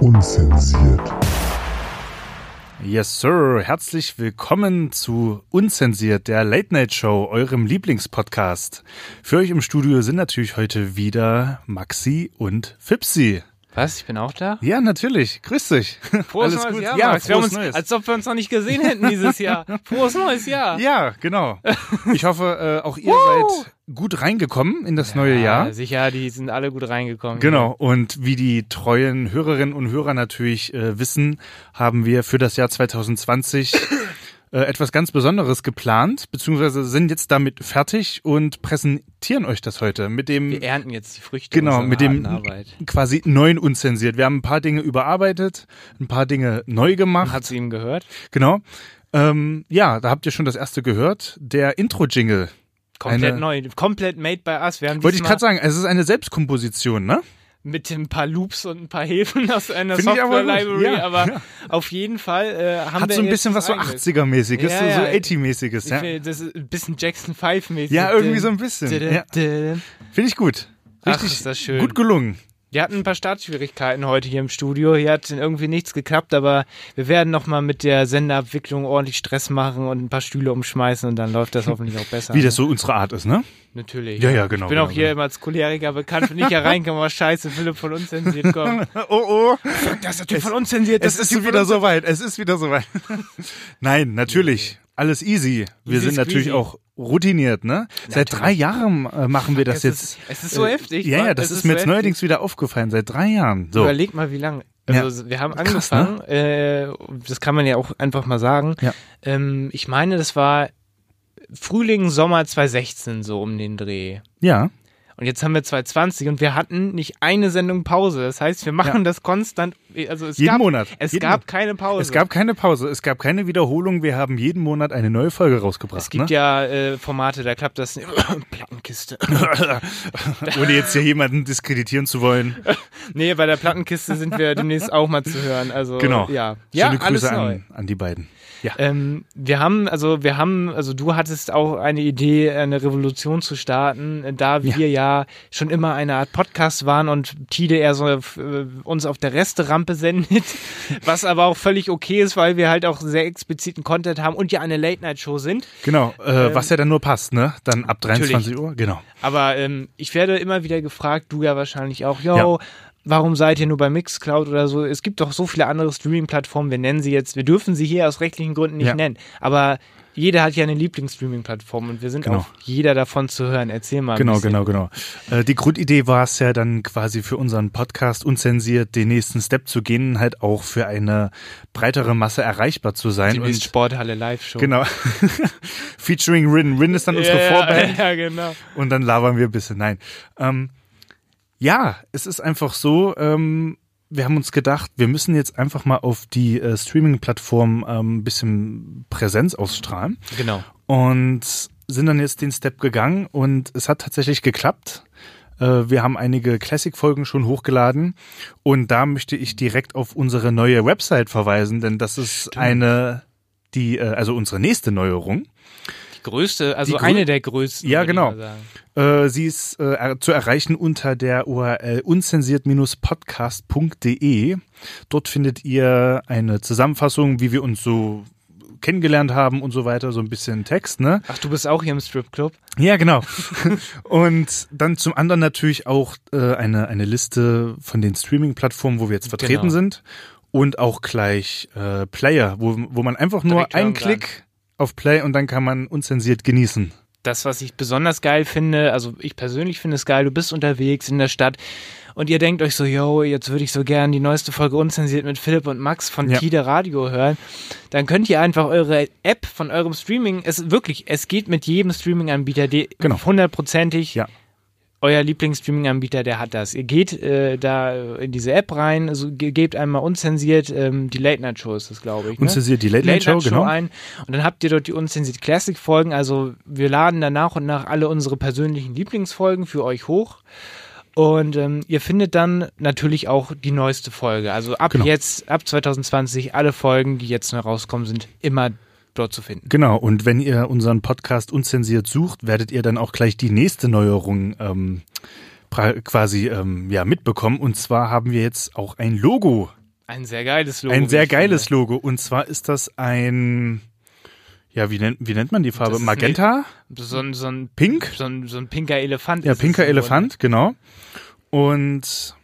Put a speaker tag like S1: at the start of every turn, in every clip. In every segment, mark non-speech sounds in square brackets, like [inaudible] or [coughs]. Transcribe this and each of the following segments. S1: Unzensiert.
S2: Yes, Sir. Herzlich willkommen zu Unzensiert, der Late Night Show, eurem Lieblingspodcast. Für euch im Studio sind natürlich heute wieder Maxi und Fipsi.
S3: Was? Ich bin auch da?
S2: Ja, natürlich. Grüß dich.
S3: Frohes neues Jahr,
S2: ja,
S3: Max. Wir haben
S2: frohes
S3: uns,
S2: Neues.
S3: Als ob wir uns noch nicht gesehen hätten dieses
S2: [laughs]
S3: Jahr. Frohes neues Jahr.
S2: Ja,
S3: [laughs]
S2: genau. Ich hoffe, äh, auch ihr
S3: Woo!
S2: seid gut reingekommen in das neue Jahr.
S3: Ja, sicher, die sind alle gut reingekommen.
S2: Genau, und wie die treuen Hörerinnen und Hörer natürlich äh, wissen, haben wir für das Jahr
S3: [coughs]
S2: 2020 äh, etwas ganz Besonderes geplant, beziehungsweise sind jetzt damit fertig und präsentieren euch das heute mit
S3: Wir
S2: dem
S3: ernten jetzt die Früchte
S2: genau,
S3: unserer
S2: mit dem
S3: harten Arbeit.
S2: quasi neuen unzensiert. Wir haben ein paar Dinge überarbeitet, ein paar Dinge neu gemacht.
S3: Hat sie ihm gehört?
S2: Genau. Ähm, ja, da habt ihr schon das erste gehört, der Intro-Jingle.
S3: Komplett
S2: Eine-
S3: neu, komplett made by us. Wir haben
S2: Wollte ich
S3: diesmal
S2: gerade sagen, es ist eine Selbstkomposition, ne?
S3: mit ein paar Loops und ein paar Hilfen [laughs] aus einer
S2: Finde ich aber gut.
S3: Software-Library,
S2: Ja,
S3: aber auf jeden Fall äh, haben
S2: Hat
S3: wir
S2: so ein
S3: jetzt
S2: bisschen was so
S3: eingesetzt.
S2: 80er-mäßiges,
S3: Ja,
S2: so, so
S3: ja.
S2: 80-mäßiges,
S3: Ich
S2: ja.
S3: will, das ist ein bisschen Jackson 5 mäßig.
S2: Ja, irgendwie so ein bisschen. Ja. Finde ich gut.
S3: Ach,
S2: Richtig
S3: ist das schön.
S2: gut gelungen.
S3: Wir hatten ein paar Startschwierigkeiten heute hier im Studio. Hier hat irgendwie nichts geklappt, aber wir werden nochmal mit der Senderabwicklung ordentlich Stress machen und ein paar Stühle umschmeißen und dann läuft das hoffentlich auch
S2: [laughs]
S3: besser.
S2: Wie das so unsere Art ist,
S3: [laughs]
S2: ne?
S3: Natürlich.
S2: Ja, ja, genau,
S3: Ich bin
S2: genau,
S3: auch hier
S2: genau.
S3: immer als Choleriker bekannt, wenn ich hier reinkomme, was scheiße, Philipp von
S2: [laughs]
S3: unzensiert kommt.
S2: Oh, oh.
S3: Das ist Typ von unzensiert,
S2: Es ist wieder soweit. Es ist wieder soweit. [laughs] Nein, natürlich. Alles easy. Wir
S3: Easy
S2: sind natürlich
S3: squeezy.
S2: auch routiniert, ne? Seit drei Jahren äh, machen wir das
S3: Es ist,
S2: jetzt.
S3: es ist so
S2: äh,
S3: heftig.
S2: Ja,
S3: Mann.
S2: ja, das
S3: Es
S2: ist mir
S3: so
S2: jetzt
S3: heftig.
S2: neuerdings wieder aufgefallen, seit drei Jahren. So.
S3: Überleg mal, wie lange. Also wir haben
S2: Krass, ne?
S3: angefangen, äh, das kann man ja auch einfach mal sagen.
S2: Ja.
S3: Ähm, ich meine, das war Frühling, Sommer 2016 so um den Dreh.
S2: Ja.
S3: Und jetzt haben wir 2020 und wir hatten nicht eine Sendung Pause. Das heißt, wir machen
S2: Ja.
S3: das konstant. Also es
S2: Jeden
S3: gab,
S2: Monat.
S3: Es
S2: Jeden
S3: gab
S2: Monat.
S3: keine Pause.
S2: Es gab keine Pause, es gab keine Wiederholung. Wir haben jeden Monat eine neue Folge rausgebracht.
S3: es gibt
S2: ne?
S3: ja äh, Formate, da klappt das [coughs] Plattenkiste.
S2: [laughs] Ohne jetzt hier jemanden diskreditieren zu
S3: [laughs]
S2: wollen.
S3: nee, bei der Plattenkiste sind
S2: [laughs]
S3: wir demnächst auch mal zu hören. Also
S2: Genau.
S3: ja, ja
S2: Schöne
S3: alles
S2: Grüße
S3: neu.
S2: an, an die beiden. Ja.
S3: Ähm, wir haben, also wir haben, also du hattest auch eine Idee, eine Revolution zu starten, äh, da wir ja, schon immer eine Art Podcast waren und Tide eher so äh, uns auf der Resterampe sendet, was aber auch völlig okay ist, weil wir halt auch sehr expliziten Content haben und ja eine Late-Night-Show sind.
S2: Genau, äh,
S3: Ähm,
S2: was ja dann nur passt, ne? Dann ab 23 Uhr, genau.
S3: Aber ähm, ich werde immer wieder gefragt, du ja wahrscheinlich auch, yo,
S2: Ja.
S3: warum seid ihr nur bei Mixcloud oder so? Es gibt doch so viele andere Streaming-Plattformen, wir nennen sie jetzt, wir dürfen sie hier aus rechtlichen Gründen nicht
S2: Ja.
S3: nennen, aber jeder hat ja eine Lieblingsstreaming-Plattform und wir sind
S2: Genau.
S3: auf jeder davon zu hören. Erzähl mal. ein
S2: Genau,
S3: bisschen.
S2: genau, genau. Äh, die Grundidee war es ja dann quasi für unseren Podcast unzensiert den nächsten Step zu gehen, halt auch für eine breitere Masse erreichbar zu sein.
S3: Die nächste Sporthalle Live-Show.
S2: genau. [laughs] Featuring Rin. Rin ist dann unsere
S3: ja,
S2: Vorband.
S3: [laughs] Ja, ja, genau.
S2: und dann labern wir ein bisschen. Nein. Ähm, ja, es ist einfach so, ähm, wir haben uns gedacht, wir müssen jetzt einfach mal auf die äh, Streaming-Plattform ähm, ein bisschen Präsenz ausstrahlen
S3: Genau.
S2: und sind dann jetzt den Step gegangen und es hat tatsächlich geklappt. Äh, Wir haben einige Classic-Folgen schon hochgeladen und da möchte ich direkt auf unsere neue Website verweisen, denn das ist eine, die, äh, also unsere nächste Neuerung.
S3: Die größte, also
S2: Die grö-
S3: eine der größten.
S2: Ja,
S3: würde ich
S2: genau.
S3: mal sagen.
S2: Äh, sie ist äh, er- zu erreichen unter der URL unzensiert-podcast.de. E. Dort findet ihr eine Zusammenfassung, wie wir uns so kennengelernt haben und so weiter, so ein bisschen Text, ne?
S3: Ach, du bist auch hier im Stripclub?
S2: Ja, genau. [laughs] und dann zum anderen natürlich auch äh, eine, eine Liste von den Streaming-Plattformen, wo wir jetzt vertreten
S3: Genau.
S2: sind und auch gleich äh, Player, wo, wo man einfach nur
S3: Direkt hören
S2: einen
S3: kann.
S2: Klick auf Play und dann kann man unzensiert genießen.
S3: das, was ich besonders geil finde, also ich persönlich finde es geil, du bist unterwegs in der Stadt und ihr denkt euch so, yo, jetzt würde ich so gern die neueste Folge unzensiert mit Philipp und Max von
S2: Ja.
S3: Tide Radio hören, dann könnt ihr einfach eure App von eurem Streaming, es wirklich, es geht mit jedem Streaming-Anbieter, die-
S2: Genau.
S3: hundertprozentig
S2: Ja.
S3: euer Lieblingsstreaming-Anbieter, der hat das. Ihr geht äh, da in diese App rein, also ge- gebt einmal unzensiert ähm, die Late-Night-Show ist das, glaube ich. Ne?
S2: Unzensiert die Late Night Show, genau.
S3: ein und dann habt ihr dort die unzensiert Classic-Folgen. Also wir laden da nach und nach alle unsere persönlichen Lieblingsfolgen für euch hoch. Und ähm, ihr findet dann natürlich auch die neueste Folge. Also ab
S2: Genau.
S3: jetzt, ab 2020, alle Folgen, die jetzt neu rauskommen, sind immer dort zu finden.
S2: Genau, und wenn ihr unseren Podcast unzensiert sucht, werdet ihr dann auch gleich die nächste Neuerung ähm, pra- quasi ähm, ja, mitbekommen. Und zwar haben wir jetzt auch ein Logo.
S3: Ein sehr geiles Logo.
S2: ein
S3: wie
S2: sehr
S3: ich finde.
S2: geiles Logo. Und zwar ist das ein, ja, wie nennt, wie nennt man die Farbe?
S3: Das ist
S2: Magenta?
S3: So ein, so ein
S2: Pink?
S3: so ein, so ein pinker Elefant.
S2: Ja,
S3: ist es ne?
S2: pinker
S3: im Grunde.
S2: Elefant, genau. Und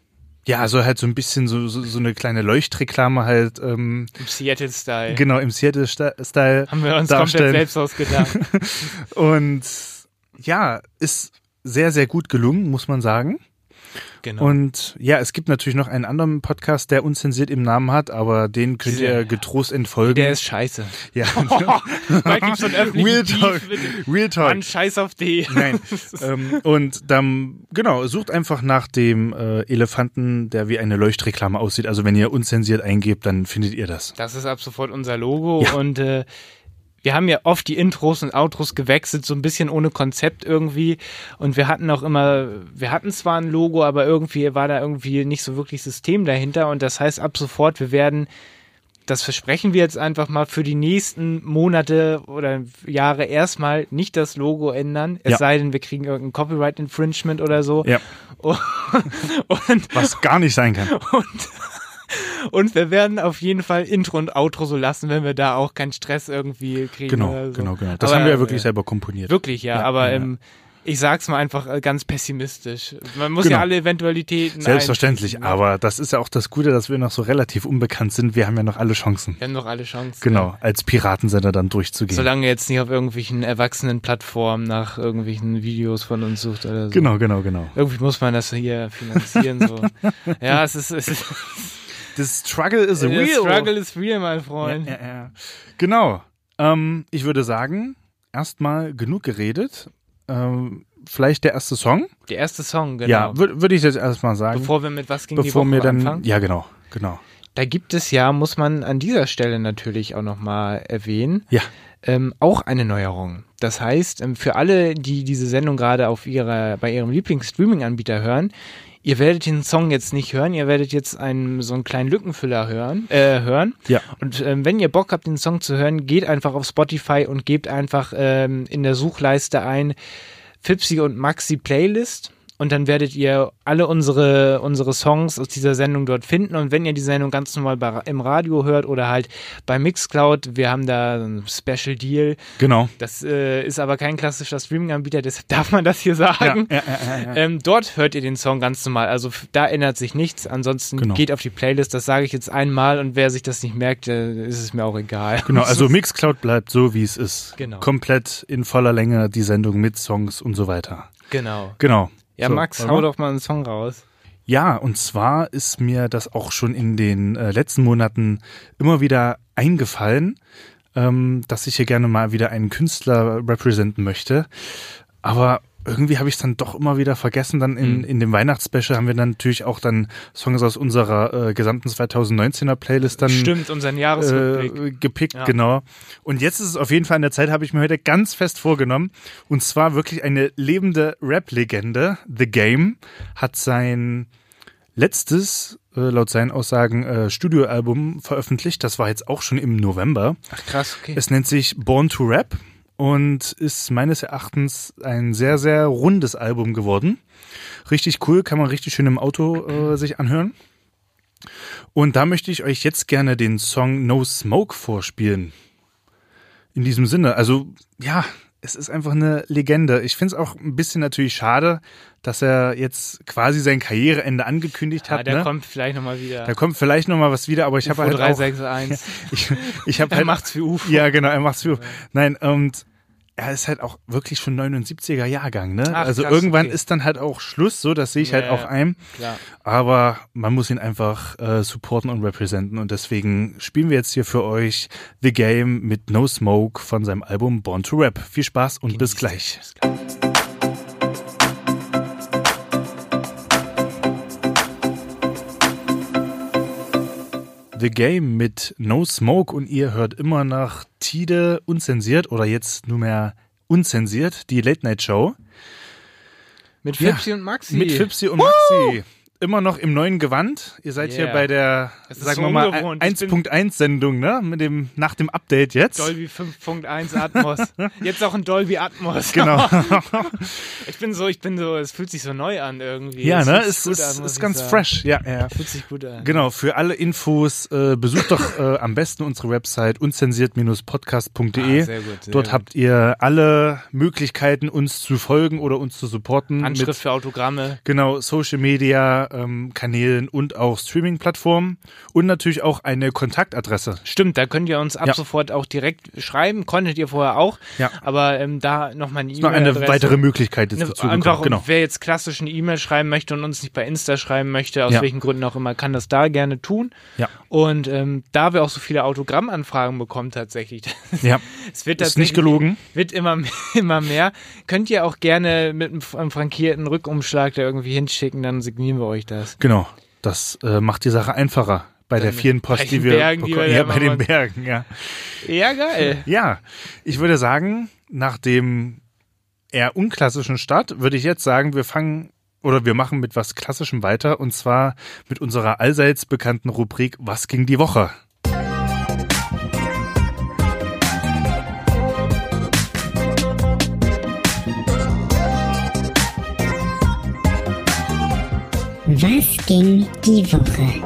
S2: ja, soll halt so ein bisschen so, so, so eine kleine Leuchtreklame halt, ähm,
S3: Im Seattle-Style.
S2: genau, im Seattle-Style.
S3: Haben wir uns
S2: darstellen.
S3: komplett
S2: [laughs]
S3: selbst ausgedacht.
S2: Und ja, ist sehr, sehr gut gelungen, muss man sagen.
S3: Genau.
S2: Und ja, es gibt natürlich noch einen anderen Podcast, der unzensiert im Namen hat, aber den könnt
S3: Diese-
S2: ihr getrost entfolgen.
S3: der ist scheiße. [laughs]
S2: ja.
S3: Bald gibt's so einen öffentlichen
S2: Real
S3: Beef
S2: Talk.
S3: mit dem
S2: Real Talk.
S3: Mann, scheiß auf die.
S2: [laughs] Nein. ähm, und dann, genau, sucht einfach nach dem äh, Elefanten, der wie eine Leuchtreklame aussieht. Also wenn ihr unzensiert eingebt, dann findet ihr das.
S3: Das ist ab sofort unser Logo
S2: Ja.
S3: und äh, wir haben ja oft die Intros und Outros gewechselt, so ein bisschen ohne Konzept irgendwie. Und wir hatten auch immer, wir hatten zwar ein Logo, aber irgendwie war da irgendwie nicht so wirklich System dahinter. Und das heißt, ab sofort, wir werden, das versprechen wir jetzt einfach mal, für die nächsten Monate oder Jahre erstmal nicht das Logo ändern. Es
S2: Ja.
S3: sei denn, wir kriegen irgendein Copyright Infringement oder so.
S2: Ja,
S3: [laughs] Und
S2: was gar nicht sein kann.
S3: Und wir werden auf jeden Fall Intro und Outro so lassen, wenn wir da auch keinen Stress irgendwie kriegen. oder
S2: Genau,
S3: so.
S2: genau, genau. Das
S3: Aber,
S2: haben wir ja wirklich
S3: äh,
S2: selber komponiert.
S3: Wirklich, ja,
S2: Ja,
S3: aber
S2: ja, ja.
S3: Ähm, ich sag's mal einfach äh, ganz pessimistisch. Man muss
S2: Genau.
S3: ja alle Eventualitäten.
S2: Selbstverständlich,
S3: einschließen, ne?
S2: aber das ist ja auch das Gute, dass wir noch so relativ unbekannt sind. Wir haben ja noch alle Chancen.
S3: Wir haben noch alle Chancen.
S2: Genau, als Piratensender dann durchzugehen.
S3: Solange jetzt nicht auf irgendwelchen erwachsenen Plattformen nach irgendwelchen Videos von uns sucht oder so.
S2: genau, genau, genau.
S3: Irgendwie muss man das hier finanzieren. so.
S2: [laughs]
S3: Ja, es ist. Es ist
S2: The struggle is
S3: der
S2: real.
S3: Struggle is real, mein
S2: ja,
S3: Freund.
S2: ja, ja. Genau. Ähm, ich würde sagen, erstmal genug geredet. Ähm, vielleicht der erste Song.
S3: Der erste Song, genau.
S2: Ja, wür- würde ich jetzt erstmal sagen.
S3: Bevor wir mit was ging die
S2: bevor
S3: Woche
S2: mir dann.
S3: anfangen?
S2: Ja, genau, genau.
S3: Da gibt es ja, muss man an dieser Stelle natürlich auch nochmal erwähnen,
S2: Ja,
S3: ähm, auch eine Neuerung. Das heißt, ähm, für alle, die diese Sendung gerade auf ihrer, bei ihrem Lieblings-Streaming-Anbieter hören, ihr werdet den Song jetzt nicht hören, ihr werdet jetzt einen, so einen kleinen Lückenfüller hören, äh, hören.
S2: ja.
S3: Und ähm, wenn ihr Bock habt, den Song zu hören, geht einfach auf Spotify und gebt einfach ähm, in der Suchleiste ein Fipsi und Maxi Playlist. Und dann werdet ihr alle unsere, unsere Songs aus dieser Sendung dort finden. Und wenn ihr die Sendung ganz normal bei, im Radio hört oder halt bei Mixcloud, wir haben da einen Special Deal.
S2: Genau.
S3: Das äh, ist aber kein klassischer Streaming-Anbieter, deshalb [laughs] darf man das hier
S2: Ja,
S3: sagen.
S2: ja, ja, ja, ja.
S3: Ähm, dort hört ihr den Song ganz normal. Also f- da ändert sich nichts. Ansonsten
S2: Genau.
S3: geht auf die Playlist. Das sage ich jetzt einmal und wer sich das nicht merkt, äh, ist es mir auch egal.
S2: Genau, also Mixcloud bleibt so, wie es ist.
S3: Genau.
S2: Komplett in voller Länge die Sendung mit Songs und so weiter.
S3: [laughs] genau.
S2: Genau.
S3: Ja,
S2: so,
S3: Max,
S2: warte
S3: hau
S2: mal.
S3: doch mal einen Song raus.
S2: Ja, und zwar ist mir das auch schon in den äh, letzten Monaten immer wieder eingefallen, ähm, dass ich hier gerne mal wieder einen Künstler representen möchte. Aber irgendwie habe ich es dann doch immer wieder vergessen. Dann in, in dem Weihnachtsspecial haben wir dann natürlich auch dann Songs aus unserer äh, gesamten 2019er Playlist dann
S3: Stimmt, unseren Jahresrückblick.
S2: äh, gepickt,
S3: Ja.
S2: genau. Und jetzt ist es auf jeden Fall an der Zeit, habe ich mir heute ganz fest vorgenommen. Und zwar wirklich eine lebende Rap-Legende. The Game hat sein letztes, äh, laut seinen Aussagen, äh, Studioalbum veröffentlicht. Das war jetzt auch schon im November.
S3: Ach krass, okay.
S2: Es nennt sich Born to Rap und ist meines Erachtens ein sehr, sehr rundes Album geworden. Richtig cool, kann man richtig schön im Auto äh, sich anhören. Und da möchte ich euch jetzt gerne den Song No Smoke vorspielen. In diesem Sinne, also ja, es ist einfach eine Legende. Ich finde es auch ein bisschen natürlich schade, dass er jetzt quasi sein Karriereende angekündigt
S3: ah,
S2: hat.
S3: der
S2: ne?
S3: kommt vielleicht nochmal wieder.
S2: da kommt vielleicht noch mal was wieder, aber ich habe halt auch,
S3: 361.
S2: [laughs] ich, ich habe
S3: Er
S2: halt
S3: macht's für Ufo.
S2: ja, genau, er macht's für. Nein, und er ist halt auch wirklich schon 79er Jahrgang, ne?
S3: Ach,
S2: also
S3: krass,
S2: irgendwann
S3: okay.
S2: ist dann halt auch Schluss, so, das sehe ich halt
S3: Ja,
S2: auch
S3: ja.
S2: ein.
S3: Klar.
S2: Aber man muss ihn einfach äh, supporten und representen und deswegen spielen wir jetzt hier für euch The Game mit No Smoke von seinem Album Born to Rap. Viel Spaß und bis gleich. The Game mit No Smoke und ihr hört immer nach Tide unzensiert oder jetzt nunmehr unzensiert die Late Night Show
S3: Mit
S2: Ja.
S3: Fipsi und Maxi.
S2: mit Fipsi und Maxi. Immer noch im neuen Gewand. Ihr seid hier
S3: Yeah.
S2: bei der,
S3: Es ist
S2: sagen
S3: so
S2: wir mal,
S3: ungewohnt. Ich bin-
S2: 1.1 Sendung, ne? Mit dem, nach dem Update jetzt.
S3: Dolby 5.1 Atmos. Jetzt auch ein Dolby
S2: [laughs]
S3: Atmos. [laughs]
S2: Genau.
S3: Ich bin so, ich bin so, es fühlt sich so neu an
S2: [laughs]
S3: irgendwie.
S2: ja,
S3: Es
S2: ne?
S3: fühlt sich
S2: Es
S3: gut
S2: ist,
S3: an, muss
S2: ist
S3: ich
S2: ganz
S3: sagen.
S2: fresh. Ja, ja.
S3: Ja, fühlt sich gut an.
S2: Genau, für alle Infos äh, besucht doch äh, am besten unsere Website unzensiert-podcast.de.
S3: Ah, sehr gut, sehr
S2: Dort
S3: gut.
S2: habt ihr alle Möglichkeiten, uns zu folgen oder uns zu supporten.
S3: Anschrift für Autogramme.
S2: Mit, genau, Social Media, ähm, Kanälen und auch Streaming-Plattformen. Und natürlich auch eine Kontaktadresse.
S3: Stimmt, da könnt ihr uns ab
S2: Ja.
S3: sofort auch direkt schreiben. Konntet ihr vorher auch.
S2: Ja.
S3: Aber ähm, da nochmal eine
S2: Noch eine
S3: E-Mail.
S2: weitere Möglichkeit jetzt dazu
S3: Einfach,
S2: gekommen. Genau.
S3: wer jetzt klassisch eine E-Mail schreiben möchte und uns nicht bei Insta schreiben möchte, aus
S2: Ja.
S3: welchen Gründen auch immer, kann das da gerne tun.
S2: Ja.
S3: Und ähm, da wir auch so viele Autogrammanfragen bekommen tatsächlich, [laughs]
S2: ja.
S3: es wird
S2: Ist nicht
S3: tatsächlich
S2: gelogen.
S3: wird immer, mehr- [laughs] immer mehr, könnt ihr auch gerne mit einem f- einem frankierten Rückumschlag da irgendwie hinschicken, dann signieren wir euch das.
S2: Genau. Das äh, macht die Sache einfacher bei der vielen
S3: bei
S2: Post,
S3: den
S2: die wir
S3: Bergen, die
S2: bekommen.
S3: wir
S2: ja,
S3: da
S2: bei den
S3: machen.
S2: Bergen, ja.
S3: Ja, geil.
S2: Ja, ich würde sagen, nach dem eher unklassischen Start würde ich jetzt sagen, wir fangen oder wir machen mit was Klassischem weiter und zwar mit unserer allseits bekannten Rubrik Was ging die Woche?
S1: Was ging die Woche?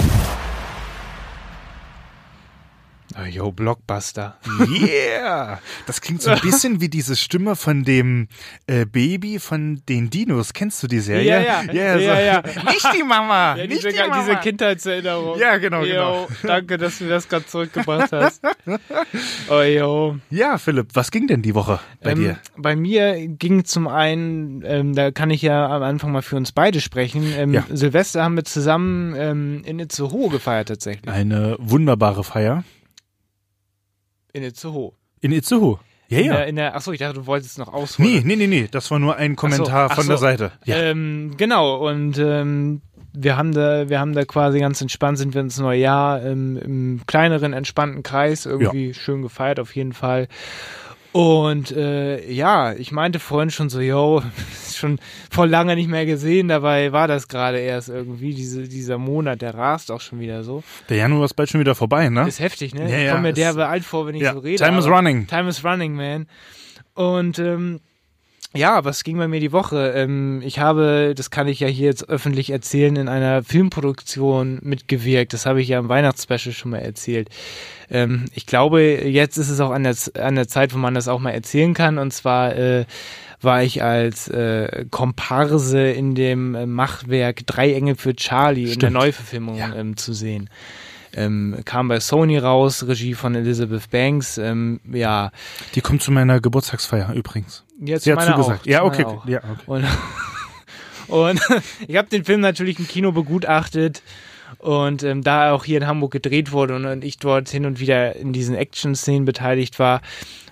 S3: Oh, yo, Blockbuster.
S2: Yeah! Das klingt so ein bisschen wie diese Stimme von dem äh, Baby von den Dinos. Kennst du die Serie?
S3: Ja, ja. Ja,
S2: so. [laughs] Nicht die Mama!
S3: Ja,
S2: nicht
S3: diese,
S2: die Mama.
S3: diese Kindheitserinnerung.
S2: Ja, genau,
S3: Yo, Danke, dass du das gerade
S2: [laughs]
S3: zurückgebracht hast. Oh, yo.
S2: ja, Philipp, was ging denn die Woche bei
S3: ähm,
S2: dir?
S3: bei mir ging zum einen, ähm, da kann ich ja am Anfang mal für uns beide sprechen. Ähm,
S2: Ja.
S3: Silvester haben wir zusammen ähm, in Itzehoe gefeiert tatsächlich.
S2: Eine wunderbare Feier
S3: In Itzehoe.
S2: in Itzehoe. Ja,
S3: In
S2: ja.
S3: der, in der, achso, ich dachte, du wolltest es noch ausholen.
S2: Nee, nee, nee, nee, das war nur ein Kommentar
S3: ach
S2: von
S3: so.
S2: der Seite. Ja.
S3: Ähm, genau, und ähm, wir haben da, wir haben da quasi ganz entspannt, sind wir ins neue Jahr ähm, im kleineren, entspannten Kreis irgendwie schön gefeiert, auf jeden Fall. Und äh, ja, ich meinte vorhin schon so, yo, [laughs] schon vor lange nicht mehr gesehen, dabei war das gerade erst irgendwie, diese, dieser Monat, der rast auch schon wieder so.
S2: Der Januar ist bald schon wieder vorbei, ne?
S3: Ist heftig, ne?
S2: Ja,
S3: ich
S2: ja,
S3: komme mir
S2: ist-
S3: derbe alt vor, wenn ich
S2: ja,
S3: so rede.
S2: time is
S3: aber-
S2: running.
S3: Time is running, man. Und ähm, ja, was ging bei mir die Woche? Ähm, ich habe, das kann ich ja hier jetzt öffentlich erzählen, in einer Filmproduktion mitgewirkt. Das habe ich ja im Weihnachtsspecial schon mal erzählt. Ähm, ich glaube, jetzt ist es auch an der, Z- an der Zeit, wo man das auch mal erzählen kann. Und zwar äh, war ich als äh, Komparse in dem äh, Machwerk Drei Engel für Charlie in der
S2: Stimmt.
S3: Neuverfilmung
S2: Ja.
S3: ähm, zu sehen. Ähm, kam bei Sony raus, Regie von Elizabeth Banks. Ähm, ja,
S2: Die kommt zu meiner Geburtstagsfeier übrigens.
S3: jetzt
S2: Sie hat
S3: meiner
S2: zugesagt.
S3: Auch,
S2: ja,
S3: zu
S2: okay.
S3: meiner auch.
S2: Ja, okay.
S3: Und, und [laughs] ich habe den Film natürlich im Kino begutachtet und ähm, da er auch hier in Hamburg gedreht wurde und, und ich dort hin und wieder in diesen Action-Szenen beteiligt war,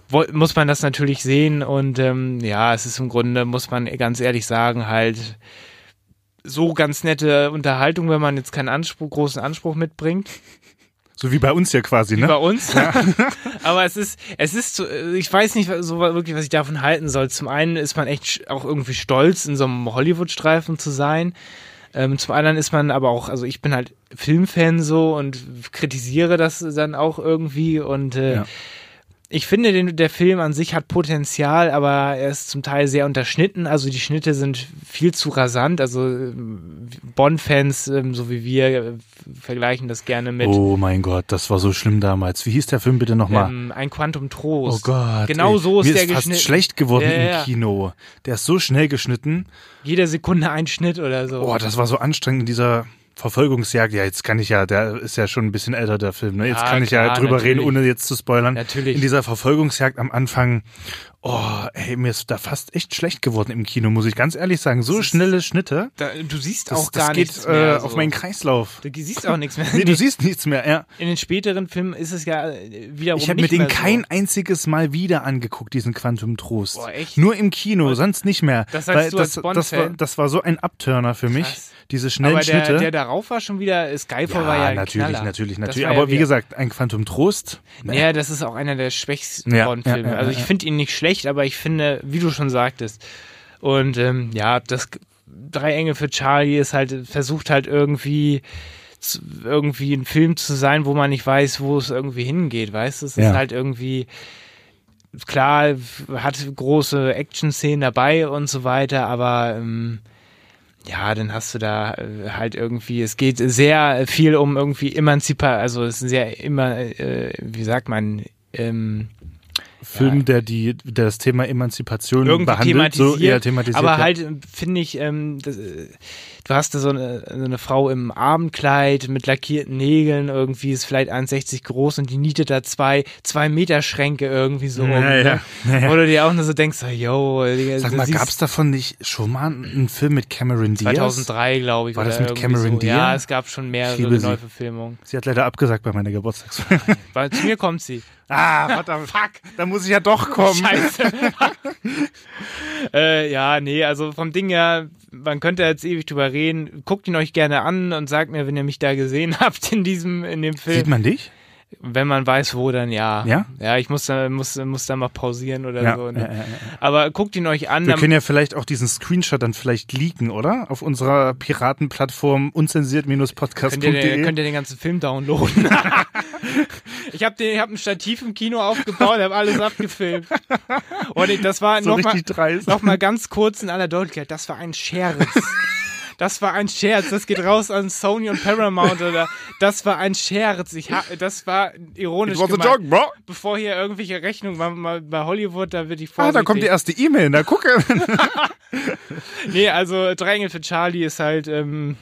S3: woll- muss man das natürlich sehen und ähm, ja, es ist im Grunde, muss man ganz ehrlich sagen, halt so ganz nette Unterhaltung, wenn man jetzt keinen Anspruch, großen Anspruch mitbringt
S2: So wie bei uns hier quasi,
S3: wie bei
S2: ne?
S3: uns. [laughs] Aber es ist, es ist, so, äh, ich weiß nicht so wirklich, was ich davon halten soll. Zum einen ist man echt sch- auch irgendwie stolz, in so einem Hollywood-Streifen zu sein. Ähm, zum anderen ist man aber auch, also ich bin halt Filmfan so und kritisiere das dann auch irgendwie und äh,
S2: Ja.
S3: ich finde, den, der Film an sich hat Potenzial, aber er ist zum Teil sehr unterschnitten. Also die Schnitte sind viel zu rasant. Also ähm, Bond-Fans, ähm, so wie wir, äh, vergleichen das gerne mit
S2: Oh mein Gott, das war so schlimm damals. Wie hieß der Film bitte nochmal?
S3: ähm, ein Quantum
S2: oh
S3: Trost.
S2: Gott.
S3: Genau
S2: ey.
S3: so ist
S2: Mir
S3: der
S2: ist fast
S3: geschnitten.
S2: schlecht geworden
S3: Ja, ja, ja.
S2: im Kino. Der ist so schnell geschnitten.
S3: Jede Sekunde ein Schnitt oder so.
S2: Oh, das war so anstrengend in dieser Verfolgungsjagd, ja, jetzt kann ich ja, der ist ja schon ein bisschen älter, der Film, ne? Jetzt
S3: Ja,
S2: kann ich ja
S3: klar,
S2: drüber reden,
S3: natürlich.
S2: ohne jetzt zu spoilern.
S3: Natürlich.
S2: In dieser Verfolgungsjagd am Anfang, oh, ey, mir ist da fast echt schlecht geworden im Kino, muss ich ganz ehrlich sagen. So
S3: Das ist-
S2: schnelle Schnitte,
S3: Da, du siehst
S2: das,
S3: auch
S2: das
S3: gar
S2: geht
S3: nichts
S2: äh,
S3: mehr.
S2: auf
S3: so.
S2: meinen Kreislauf.
S3: Du siehst
S2: [laughs]
S3: auch nichts mehr.
S2: Nee, du siehst nichts mehr, ja.
S3: In den späteren Filmen ist es ja äh, wiederum
S2: Ich habe mir
S3: nicht
S2: den
S3: mehr so.
S2: kein einziges Mal wieder angeguckt, diesen Quantum Trost.
S3: Boah, echt?
S2: Nur im Kino, sonst nicht mehr.
S3: Das sagst du
S2: das,
S3: als
S2: das, war,
S3: Bond-Fan?
S2: das war so ein Upturner für mich,
S3: Krass.
S2: diese schnellen
S3: Aber der,
S2: Schnitte.
S3: der darauf war schon wieder, äh, Skyfall war ja ein
S2: natürlich,
S3: Knaller.
S2: natürlich,
S3: Das
S2: natürlich.
S3: war ja
S2: Aber wie
S3: wieder-
S2: gesagt, ein Quantum Trost. ne?
S3: Ja, das ist auch einer der schwächsten
S2: Ja,
S3: Bond-Filme.
S2: ja, ja,
S3: also
S2: ja,
S3: ich
S2: ja.
S3: finde ihn nicht schlecht, aber ich finde, wie du schon sagtest, und ähm, ja, das G- Drei Engel für Charlie ist halt, versucht halt irgendwie zu- irgendwie ein Film zu sein, wo man nicht weiß, wo es irgendwie hingeht, weißt du? Es
S2: Ja.
S3: ist halt irgendwie, klar, f- hat große Action-Szenen dabei und so weiter, aber ähm, ja, dann hast du da äh, halt irgendwie, es geht sehr viel um irgendwie Emanzipa, also es ist sehr immer, äh, wie sagt man, ähm,
S2: Film, der die, der das Thema Emanzipation
S3: irgendwie
S2: behandelt, so
S3: thematisiert,
S2: eher thematisiert.
S3: aber
S2: ja.
S3: halt äh, finde ich, ähm, das, äh, du hast da so eine, so eine Frau im Abendkleid mit lackierten Nägeln, irgendwie ist vielleicht 1,60 groß und die nietet da zwei, zwei Meter Schränke irgendwie so um.
S2: Ja, ja,
S3: Ne? Wo du dir auch nur so denkst, oh, yo, Digga,
S2: Sag
S3: du
S2: mal,
S3: siehst-
S2: gab's davon nicht schon mal einen Film mit Cameron Diaz?
S3: 2003, glaube ich.
S2: War das mit
S3: oder irgendwie
S2: Cameron
S3: so.
S2: Diaz?
S3: Ja, es gab schon mehrere
S2: Ich liebe sie.
S3: Neuverfilmungen.
S2: Sie hat leider abgesagt bei meiner Geburtstagsfeier.
S3: [laughs] Weil zu mir kommt sie.
S2: ah, verdammt. [laughs] Fuck, da muss ich ja doch kommen.
S3: Scheiße. [laughs] äh, ja, nee, also vom Ding her, man könnte jetzt ewig drüber reden. Guckt ihn euch gerne an und sagt mir, wenn ihr mich da gesehen [laughs] habt in diesem, in dem
S2: Sieht
S3: Film.
S2: man dich?
S3: Wenn man weiß, wo, dann ja.
S2: Ja?
S3: Ja, ich muss da, muss, muss da mal pausieren oder
S2: Ja,
S3: so.
S2: ja, ja, ja.
S3: Ne? Aber guckt ihn euch an.
S2: Wir
S3: dann-
S2: können ja vielleicht auch diesen Screenshot dann vielleicht leaken, oder? Auf unserer Piratenplattform
S3: Könnt ihr, den, könnt
S2: unzensiert-podcast.de.
S3: ihr den ganzen
S2: [laughs]
S3: Film downloaden? ich habe hab ein Stativ im Kino aufgebaut, habe alles abgefilmt. Und ich, das war
S2: So
S3: nochmal
S2: richtig dreist.
S3: noch mal ganz kurz in aller Deutlichkeit, das war
S2: [laughs]
S3: ein Scherz. Das war ein Scherz, das geht raus an Sony und Paramount oder das war ein Scherz. Ich ha, das war ironisch gemeint.
S2: bro.
S3: Bevor hier irgendwelche Rechnungen mal, mal, bei Hollywood, da wird ich
S2: Ah,
S3: vorsichtig.
S2: da kommt die erste E-Mail. Na, gucke.
S3: Nee, also Drei Engel für Charlie ist halt, ähm,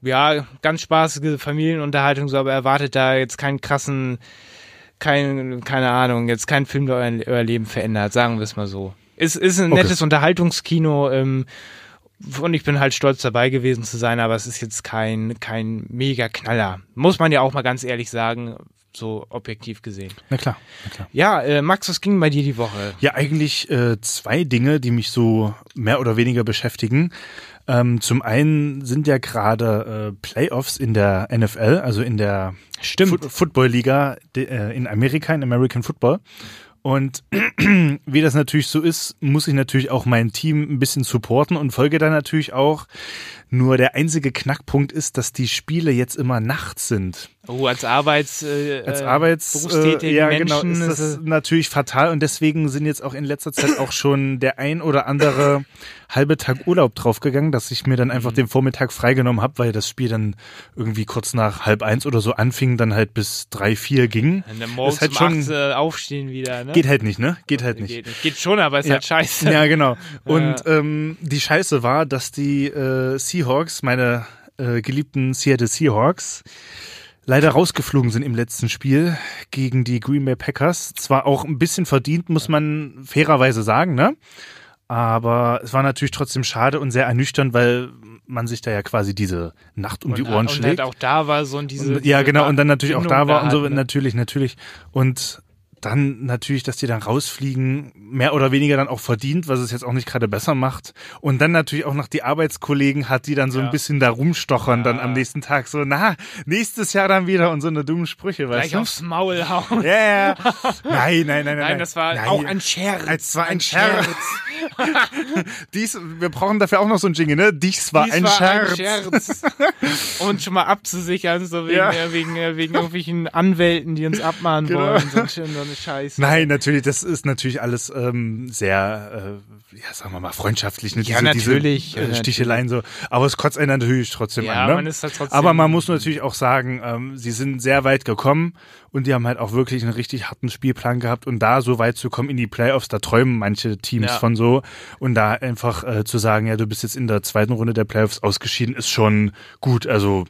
S3: ja, ganz spaßige Familienunterhaltung, so, aber erwartet da jetzt keinen krassen, kein, keine Ahnung, jetzt keinen Film, der euer, euer Leben verändert, sagen wir es mal so. Es ist ein
S2: Okay.
S3: nettes Unterhaltungskino, ähm, und ich bin halt stolz dabei gewesen zu sein, aber es ist jetzt kein, kein mega Knaller. Muss man ja auch mal ganz ehrlich sagen, so objektiv gesehen.
S2: Na klar, na klar.
S3: Ja, äh, Max, was ging bei dir die Woche?
S2: Ja, eigentlich äh, zwei Dinge, die mich so mehr oder weniger beschäftigen. Ähm, zum einen sind ja gerade äh, Playoffs in der NFL, also in der Fut Football-Liga de- äh, in Amerika, in American Football. Und [clears throat] wie das natürlich so ist, muss ich natürlich auch mein Team ein bisschen supporten und folge da natürlich auch. Nur der einzige Knackpunkt ist, dass die Spiele jetzt immer nachts sind.
S3: Oh, als Arbeits, äh,
S2: als
S3: äh,
S2: Arbeits äh,
S3: berufstätigen
S2: ja genau
S3: Menschen
S2: ist das
S3: es-
S2: natürlich fatal und deswegen sind jetzt auch in letzter Zeit auch schon der ein oder andere halbe Tag Urlaub draufgegangen, dass ich mir dann einfach
S3: Mhm.
S2: den Vormittag freigenommen habe, weil das Spiel dann irgendwie kurz nach halb eins oder so anfing, dann halt bis drei vier ging.
S3: Und dann morgens
S2: ist halt schon
S3: um 8 äh, aufstehen wieder, ne?
S2: geht halt nicht, ne? Geht halt nicht.
S3: Geht, nicht. geht schon, aber ist halt scheiße.
S2: Ja,
S3: [laughs]
S2: genau. Und ähm, die Scheiße war, dass die äh, Seahawks, meine äh, geliebten Seattle Seahawks, leider rausgeflogen sind im letzten Spiel gegen die Green Bay Packers. Zwar auch ein bisschen verdient, muss man fairerweise sagen, ne? Aber es war natürlich trotzdem schade und sehr ernüchternd, weil man sich da ja quasi diese Nacht um die Ohren
S3: und
S2: schlägt.
S3: Halt auch da war so und diese.
S2: Und, ja,
S3: diese
S2: genau, und dann natürlich auch da
S3: Bindung
S2: war und so,
S3: hat, ne?
S2: natürlich, natürlich. Und dann natürlich, dass die dann rausfliegen, mehr oder weniger dann auch verdient, was es jetzt auch nicht gerade besser macht. Und dann natürlich auch noch die Arbeitskollegen hat, die dann so
S3: Ja.
S2: ein bisschen da rumstochern dann am nächsten Tag. So, na, nächstes Jahr dann wieder und so eine dumme Sprüche, weißt
S3: Gleich
S2: du?
S3: aufs Maul
S2: Ja,
S3: hauen.
S2: ja.
S3: [laughs]
S2: ja. Nein, nein, nein, nein.
S3: Nein, das war
S2: nein.
S3: auch ein Scherz.
S2: Es war ein, Scherz. Dies, wir brauchen dafür auch noch so ein Jingle, ne? Dies war,
S3: Dies
S2: ein,
S3: war
S2: Scherz.
S3: ein Scherz.
S2: [laughs]
S3: Und schon mal abzusichern, so wegen,
S2: Ja.
S3: äh, wegen, äh, wegen irgendwelchen Anwälten, die uns abmahnen
S2: Genau.
S3: wollen. So, ein- so eine Scheiße.
S2: Nein, natürlich, das ist natürlich alles ähm, sehr, äh, ja, sagen wir mal, freundschaftlich. Ne?
S3: Ja, natürlich,
S2: Diese,
S3: ja,
S2: äh,
S3: natürlich.
S2: Sticheleien so. Aber es kotzt einen natürlich trotzdem
S3: Ja,
S2: an. Ne?
S3: man ist da trotzdem-
S2: Aber man muss natürlich auch sagen, ähm, sie sind sehr weit gekommen Und die haben halt auch wirklich einen richtig harten Spielplan gehabt. Und da so weit zu kommen in die Playoffs, da träumen manche Teams
S3: Ja.
S2: von so. Und da einfach äh, zu sagen, ja, du bist jetzt in der zweiten Runde der Playoffs ausgeschieden, ist schon gut. Also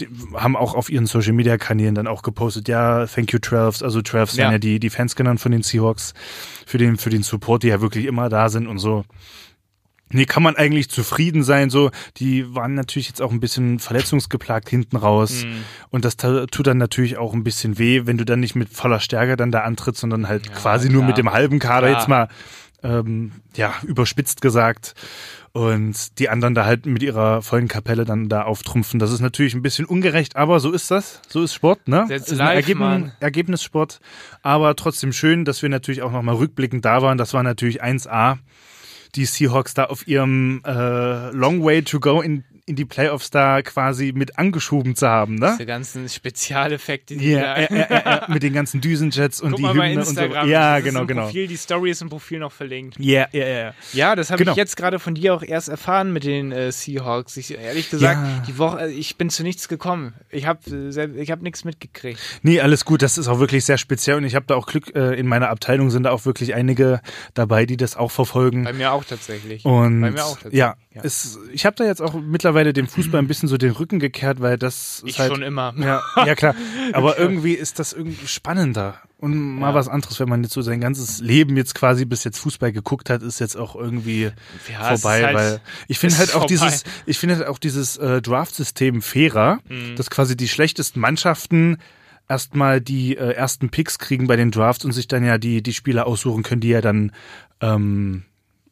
S2: die haben auch auf ihren Social Media Kanälen dann auch gepostet, ja, thank you Travs. Also Travs
S3: Ja.
S2: werden ja die, die Fans genannt von den Seahawks für den, für den Support, die ja wirklich immer da sind und so. Nee, kann man eigentlich zufrieden sein. So, die waren natürlich jetzt auch ein bisschen verletzungsgeplagt hinten raus.
S3: Mhm.
S2: Und das ta- tut dann natürlich auch ein bisschen weh, wenn du dann nicht mit voller Stärke dann da antrittst, sondern halt quasi nur
S3: klar.
S2: mit dem halben Kader
S3: Klar.
S2: jetzt mal ähm, ja überspitzt gesagt. Und die anderen da halt mit ihrer vollen Kapelle dann da auftrumpfen. Das ist natürlich ein bisschen ungerecht, aber so ist das. So ist Sport, ne?
S3: That's
S2: ist ein
S3: life, Mann.
S2: Ergebnissport. Aber trotzdem schön, dass wir natürlich auch nochmal rückblickend da waren. Das war natürlich 1A die Seahawks da auf ihrem äh, Long Way to Go in, in die Playoffs da quasi mit angeschoben zu haben, ne?
S3: Diese ganzen Spezialeffekte, die
S2: Ja,
S3: da.
S2: äh, äh, äh, äh, mit den ganzen Düsenjets und
S3: [laughs] Guck
S2: die
S3: mal bei
S2: Hymne und so.
S3: Instagram.
S2: Ja,
S3: das
S2: genau,
S3: ist im
S2: genau.
S3: Profil, die Story ist im Profil noch verlinkt.
S2: Ja, ja, ja.
S3: Ja, das habe
S2: Genau.
S3: ich jetzt gerade von dir auch erst erfahren mit den äh, Seahawks. Ich, ehrlich gesagt,
S2: Ja.
S3: die Woche, äh, ich bin zu nichts gekommen. Ich habe äh, sel- ich hab nichts mitgekriegt.
S2: Nee, alles gut. Das ist auch wirklich sehr speziell und ich habe da auch Glück. Äh, in meiner Abteilung sind da auch wirklich einige dabei, die das auch verfolgen.
S3: Bei mir auch tatsächlich.
S2: Und
S3: Bei mir auch tatsächlich.
S2: ja,
S3: Ja.
S2: Es, ich habe da jetzt auch mittlerweile dem Fußball ein bisschen so den Rücken gekehrt, weil das
S3: ich
S2: ist halt
S3: schon immer.
S2: Ja, ja
S3: [laughs]
S2: klar. Aber irgendwie ist das irgendwie spannender und mal was anderes, wenn man jetzt so sein ganzes Leben jetzt quasi bis jetzt Fußball geguckt hat, ist jetzt auch irgendwie
S3: Ja, es
S2: vorbei,
S3: ist halt-
S2: weil ich finde
S3: es
S2: halt
S3: ist
S2: auch
S3: vorbei.
S2: dieses, ich finde halt auch dieses äh, Draft-System fairer,
S3: Mhm.
S2: dass quasi die schlechtesten Mannschaften erstmal die äh, ersten Picks kriegen bei den Drafts und sich dann ja die die Spieler aussuchen können, die ja dann ähm,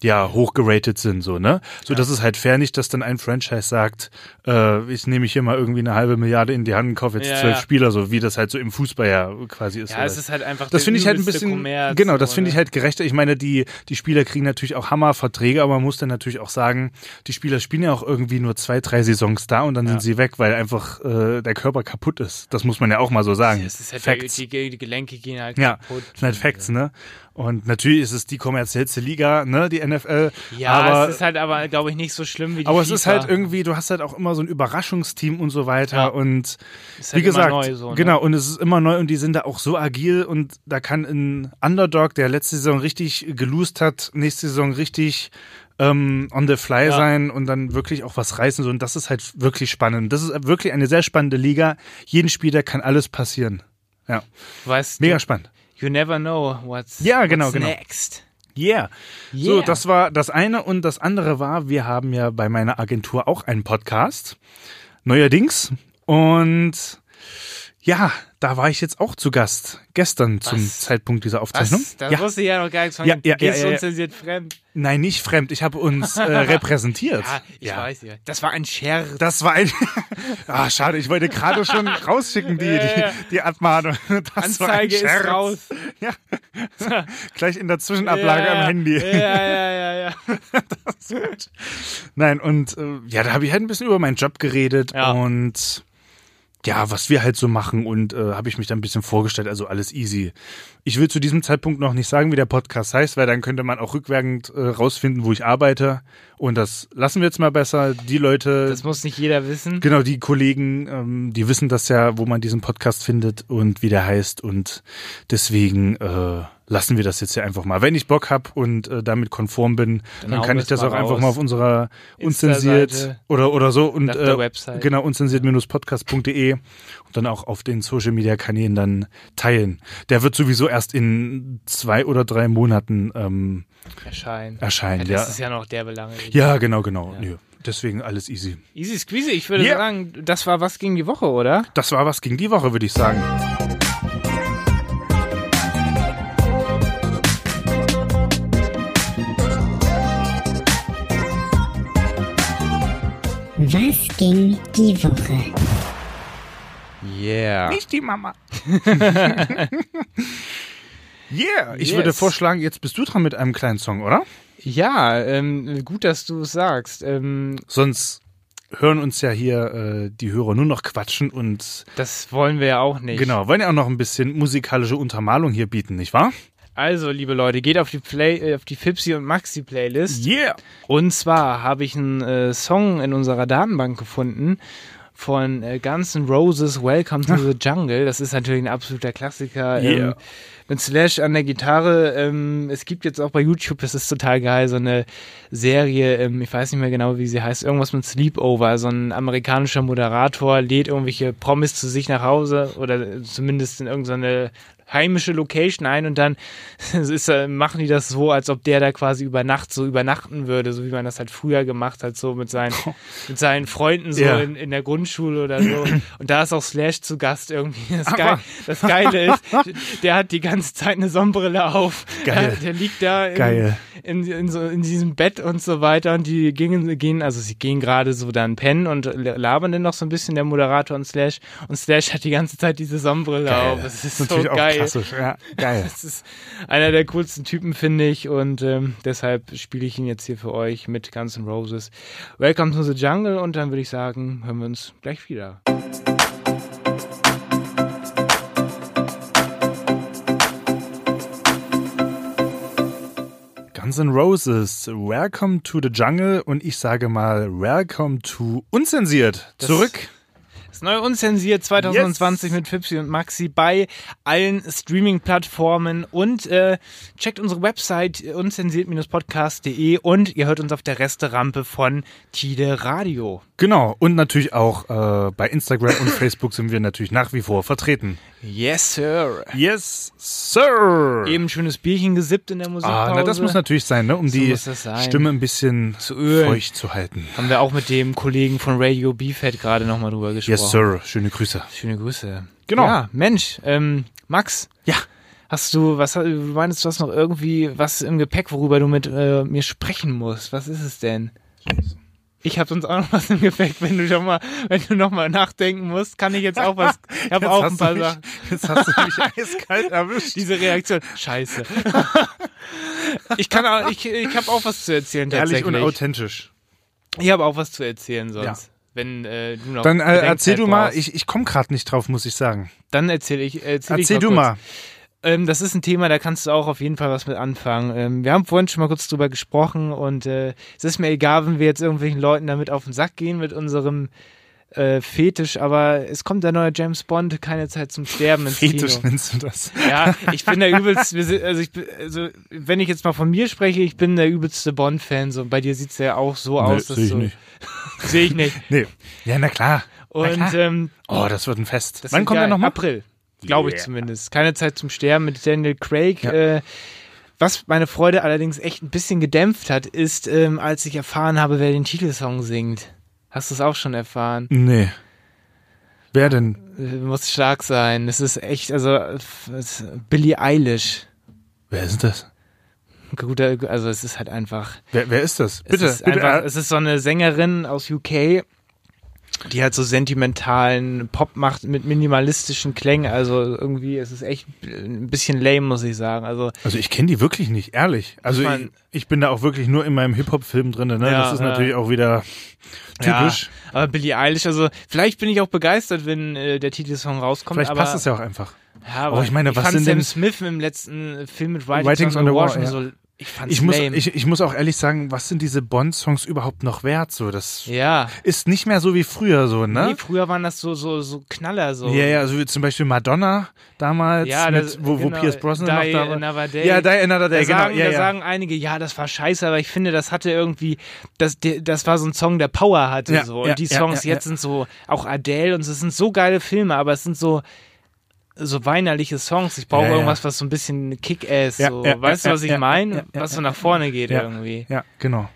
S2: ja, hochgeratet sind, so, ne? So, das ist halt fair nicht, dass dann ein Franchise sagt, äh, ich nehme hier mal irgendwie eine halbe Milliarde in die Hand und kaufe jetzt
S3: Ja,
S2: zwölf
S3: ja.
S2: Spieler, so wie das halt so im Fußball ja quasi ist.
S3: Ja,
S2: oder?
S3: es ist halt einfach
S2: das
S3: der
S2: finde ich halt ein
S3: übelste
S2: bisschen,
S3: Kommerz,
S2: genau, das
S3: so,
S2: finde
S3: ne?
S2: ich halt gerechter. Ich meine, die, die Spieler kriegen natürlich auch Hammerverträge, aber man muss dann natürlich auch sagen, die Spieler spielen ja auch irgendwie nur zwei, drei Saisons da und dann sind sie weg, weil einfach äh, der Körper kaputt ist. Das muss man ja auch mal so sagen.
S3: Es ist halt
S2: Facts.
S3: Die, die Gelenke gehen halt
S2: Ja,
S3: kaputt.
S2: das sind halt Facts, ne? Und natürlich ist es die kommerziellste Liga, ne, die NFL.
S3: Ja,
S2: aber
S3: es ist halt aber, glaube ich, nicht so schlimm wie die
S2: aber es ist
S3: FIFA.
S2: halt irgendwie, du hast halt auch immer so ein Überraschungsteam und so weiter
S3: Ja.
S2: und
S3: Ist
S2: wie
S3: halt immer
S2: gesagt,
S3: neu so, ne?
S2: genau und es ist immer neu und die sind da auch so agil und da kann ein Underdog, der letzte Saison richtig geloost hat, nächste Saison richtig ähm, on the fly
S3: Ja.
S2: sein und dann wirklich auch was reißen so und das ist halt wirklich spannend. Das ist wirklich eine sehr spannende Liga. Jeden Spieler kann alles passieren. Ja,
S3: Weißt
S2: mega
S3: du,
S2: spannend.
S3: you never know what's,
S2: Ja, genau,
S3: what's
S2: genau.
S3: next.
S2: Yeah. So,
S3: Yeah.
S2: das war das eine. Und das andere war, wir haben ja bei meiner Agentur auch einen Podcast. Neuerdings. Und ja, da war ich jetzt auch zu Gast. Gestern zum
S3: Was?
S2: Zeitpunkt dieser Aufzeichnung.
S3: Was? Da
S2: ja.
S3: wusste ich ja noch gar nichts von.
S2: Ja, ja, ja,
S3: Gehst
S2: ja, ja.
S3: unzensiert fremd.
S2: Nein, nicht fremd. Ich habe
S3: [laughs]
S2: uns äh, repräsentiert.
S3: Ja, ich weiß ja. Das war ein Scherz.
S2: Das war ein. [laughs] ah, schade, ich wollte gerade
S3: [laughs]
S2: schon rausschicken, die, die, die Abmahnung. [laughs] Das war ein
S3: Anzeige ist
S2: Scherz.
S3: raus.
S2: Ja.
S3: [laughs]
S2: Gleich in der Zwischenablage
S3: ja,
S2: am Handy.
S3: Ja, ja, ja, ja.
S2: Nein, und äh, ja, da habe ich halt ein bisschen über meinen Job geredet
S3: Ja.
S2: und ja, was wir halt so machen und äh, habe ich mich da ein bisschen vorgestellt, also alles easy. Ich will zu diesem Zeitpunkt noch nicht sagen, wie der Podcast heißt, weil dann könnte man auch rückwirkend äh, rausfinden, wo ich arbeite und das lassen wir jetzt mal besser. Die Leute,
S3: Das muss nicht jeder wissen.
S2: genau, die Kollegen, ähm, die wissen das ja, wo man diesen Podcast findet und wie der heißt und deswegen äh, lassen wir das jetzt ja einfach mal. Wenn ich Bock habe und äh, damit konform bin, dann,
S3: hauen
S2: kann
S3: wir
S2: ich
S3: es
S2: das
S3: mal
S2: auch einfach
S3: raus.
S2: mal auf unserer
S3: Insta-Seite.
S2: unzensiert oder oder so und
S3: Nach der
S2: äh,
S3: Website.
S2: genau unzensiert-podcast.de und dann auch auf den Social Media Kanälen dann teilen. Der wird sowieso erst in zwei oder drei Monaten ähm,
S3: Erscheinen. Ja,
S2: erscheinen.
S3: das
S2: Ja,
S3: ist ja noch der Belange.
S2: ja genau genau. Nö. Deswegen alles easy.
S3: Easy squeezy. Ich würde
S2: Ja.
S3: sagen, das war was gegen die Woche, oder?
S2: Das war was gegen die Woche, würde ich sagen.
S1: Was ging die Woche?
S3: Yeah.
S2: Nicht die Mama. [laughs] yeah, ich
S3: Yes.
S2: würde vorschlagen, jetzt bist du dran mit einem kleinen Song, oder?
S3: Ja, ähm, gut, dass du es sagst. Ähm,
S2: Sonst hören uns ja hier äh, die Hörer nur noch quatschen und
S3: das wollen wir ja auch nicht.
S2: genau, wollen ja auch noch ein bisschen musikalische Untermalung hier bieten, nicht wahr?
S3: Also, liebe Leute, geht auf die Play, äh, auf die Fipsi und Maxi Playlist.
S2: Yeah.
S3: Und zwar habe ich einen äh, Song in unserer Datenbank gefunden, von äh, Guns N' Roses Welcome to the Jungle. Das ist natürlich ein absoluter Klassiker. Ähm,
S2: Yeah.
S3: mit Slash an der Gitarre. Ähm, es gibt jetzt auch bei YouTube, das ist total geil, so eine Serie, ähm, ich weiß nicht mehr genau, wie sie heißt, irgendwas mit Sleepover. So ein amerikanischer Moderator lädt irgendwelche Promis zu sich nach Hause oder zumindest in irgendeine heimische Location ein und dann [laughs] ist, äh, machen die das so, als ob der da quasi über Nacht so übernachten würde, so wie man das halt früher gemacht hat, so mit seinen, mit seinen Freunden so
S2: Ja.
S3: in, in der Grundschule oder so. Und da ist auch Slash zu Gast irgendwie. Das, Geil, das
S2: [laughs]
S3: Geile ist, der hat die ganze Zeit eine Sonnenbrille auf. Äh,
S2: Geil.
S3: Der liegt da in,
S2: Geil.
S3: in, in, so, in diesem Bett und so weiter. Und die gingen, gehen, also sie gehen gerade so dann pennen und labern dann noch so ein bisschen der Moderator und Slash. Und Slash hat die ganze Zeit diese Sonnenbrille auf. Oh, Das ist so
S2: natürlich auch
S3: geil.
S2: klassisch. Ja, geil.
S3: Das ist einer der coolsten Typen, finde ich. Und ähm, deshalb spiele ich ihn jetzt hier für euch mit Guns N' Roses. Welcome to the Jungle. Und dann würde ich sagen, hören wir uns gleich wieder.
S2: Guns N' Roses, Welcome to the Jungle und ich sage mal Welcome to Unzensiert. Zurück.
S3: Das neue Unzensiert 2020 mit Fipsi und Maxi bei allen Streaming-Plattformen. Und äh, checkt unsere Website äh, unzensiert-podcast.de und ihr hört uns auf der Resterampe von Tide Radio.
S2: Genau. Und natürlich auch äh, bei Instagram und Facebook sind wir natürlich nach wie vor vertreten.
S3: Yes, Sir.
S2: Yes, Sir.
S3: Eben schönes Bierchen gesippt in der Musikpause.
S2: Ah, na, das muss natürlich sein, ne? um die
S3: muss das sein.
S2: Stimme ein bisschen zu
S3: ölen.
S2: feucht zu halten.
S3: Haben wir auch mit dem Kollegen von Radio BFAT gerade nochmal drüber gesprochen.
S2: Yes, Sir. Schöne Grüße.
S3: Schöne Grüße.
S2: Genau.
S3: Ja, Mensch, ähm, Max.
S2: Ja.
S3: Hast du, was du meinst, du hast noch irgendwie was im Gepäck, worüber du mit äh, mir sprechen musst? Was ist es denn? Ich habe sonst auch noch was im Gepäck, wenn du schon mal, wenn du noch mal nachdenken musst, kann ich jetzt auch was. Ich habe
S2: Jetzt
S3: auch
S2: hast
S3: ein
S2: du
S3: paar
S2: mich-
S3: Sachen.
S2: Jetzt hast du
S3: [laughs]
S2: mich eiskalt erwischt.
S3: Diese Reaktion, Scheiße. [laughs] ich kann, auch, ich, ich habe auch was zu erzählen
S2: Ehrlich und
S3: tatsächlich.
S2: authentisch.
S3: ich habe auch was zu erzählen sonst.
S2: Ja.
S3: Wenn äh, du noch
S2: Dann äh,
S3: Bedenkzeit
S2: erzähl du mal,
S3: brauchst.
S2: ich, ich komme gerade nicht drauf, muss ich sagen.
S3: Dann erzähle ich. Erzähl, ich
S2: Erzähl du
S3: kurz.
S2: mal.
S3: Ähm, das ist ein Thema, da kannst du auch auf jeden Fall was mit anfangen. Ähm, wir haben vorhin schon mal kurz drüber gesprochen und äh, es ist mir egal, wenn wir jetzt irgendwelchen Leuten damit auf den Sack gehen mit unserem äh, Fetisch, aber es kommt der neue James Bond, keine Zeit zum Sterben ins
S2: Fetisch
S3: Kino.
S2: nennst du das.
S3: Ja, ich bin der übelst, wir sind, also, ich, bin- also wenn ich jetzt mal von mir spreche, ich bin der übelste Bond-Fan. So, bei dir sieht's ja auch so aus, dass
S2: sehe ich
S3: du, [laughs]
S2: nicht.
S3: sehe ich nicht.
S2: Nee. Ja, na klar. na
S3: Und
S2: klar.
S3: ähm,
S2: Oh, das wird ein Fest.
S3: Das
S2: Wann
S3: wird
S2: kommt
S3: geil.
S2: er nochmal?
S3: April, glaube ich
S2: Yeah.
S3: zumindest. Keine Zeit zum Sterben mit Daniel Craig. Äh, was meine Freude allerdings echt ein bisschen gedämpft hat, ist, ähm, als ich erfahren habe, wer den Titelsong singt. Hast du es auch schon erfahren?
S2: Nee. Wer denn?
S3: Äh, muss stark sein. Es ist echt, also äh, es- Billie Eilish.
S2: Wer ist das?
S3: Guter, also es ist halt einfach.
S2: Wer, wer ist das?
S3: Es
S2: Bitte.
S3: ist
S2: bitte. äh,
S3: einfach, es ist so eine Sängerin aus UK, die halt so sentimentalen Pop macht mit minimalistischen Klängen. Also irgendwie, es ist echt ein bisschen lame, muss ich sagen. Also
S2: also ich kenne die wirklich nicht, ehrlich. Also
S3: Ich
S2: ich,
S3: mein-
S2: ich, bin da auch wirklich nur in meinem Hip-Hop-Film drin. Ne?
S3: Ja,
S2: das ist
S3: ja.
S2: natürlich auch wieder typisch.
S3: Ja, aber Billie Eilish, also vielleicht bin ich auch begeistert, wenn äh, der Titelsong rauskommt.
S2: Vielleicht
S3: aber,
S2: passt es ja auch einfach.
S3: Ja, aber
S2: Aber ich meine, was
S3: fand
S2: sind
S3: Sam
S2: denn-
S3: Smith im letzten äh, Film mit Writings,
S2: Writings
S3: on, the Wall, schon
S2: ja.
S3: so, ich fand's
S2: Ich muss,
S3: lame.
S2: ich, ich muss auch ehrlich sagen, was sind diese Bond-Songs überhaupt noch wert? So, das
S3: ja,
S2: ist nicht mehr so wie früher so, ne?
S3: nee, früher waren das so so so Knaller so.
S2: Ja, ja, also wie zum Beispiel Madonna damals,
S3: Ja, das-
S2: mit, wo, wo
S3: genau,
S2: Pierce Brosnan
S3: Die
S2: noch da war.
S3: Another Day.
S2: Ja, Die Another
S3: Da,
S2: Day, genau.
S3: sagen,
S2: ja,
S3: da
S2: ja.
S3: sagen einige, ja, das war scheiße, aber ich finde, das hatte irgendwie, das, der- das war so ein Song, der Power hatte.
S2: Ja,
S3: so. Und
S2: ja,
S3: die
S2: ja,
S3: Songs
S2: ja,
S3: jetzt sind so, auch Adele und so, es sind so geile Filme, aber es sind so, so weinerliche Songs. Ich brauche
S2: Ja, ja.
S3: irgendwas, was so ein bisschen Kick-Ass,
S2: Ja,
S3: so.
S2: ja,
S3: weißt
S2: ja,
S3: du, was ich
S2: ja,
S3: meine?
S2: ja, ja,
S3: was so nach vorne geht
S2: ja.
S3: irgendwie.
S2: ja, genau.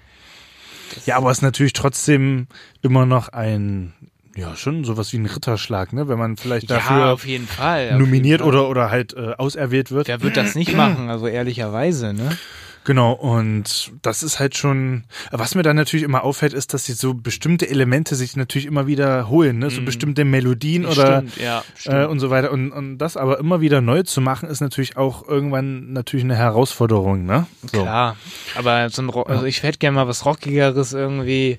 S2: Ja, aber es ist natürlich trotzdem immer noch ein, ja, schon sowas wie ein Ritterschlag, ne? Wenn man vielleicht
S3: ja,
S2: dafür
S3: auf jeden Fall. Auf
S2: nominiert
S3: jeden Fall.
S2: oder, oder halt äh, auserwählt wird.
S3: Wer wird das nicht machen, also ehrlicherweise, ne?
S2: Genau, und das ist halt schon, was mir dann natürlich immer auffällt, ist, dass sie so bestimmte Elemente sich natürlich immer wiederholen, ne? So bestimmte Melodien oder
S3: Stimmt, Mhm. ja.
S2: äh, und so weiter. Und, und das aber immer wieder neu zu machen, ist natürlich auch irgendwann natürlich eine Herausforderung, ne? So.
S3: Klar, aber so ein Ro also ich hätte gerne mal was Rockigeres irgendwie.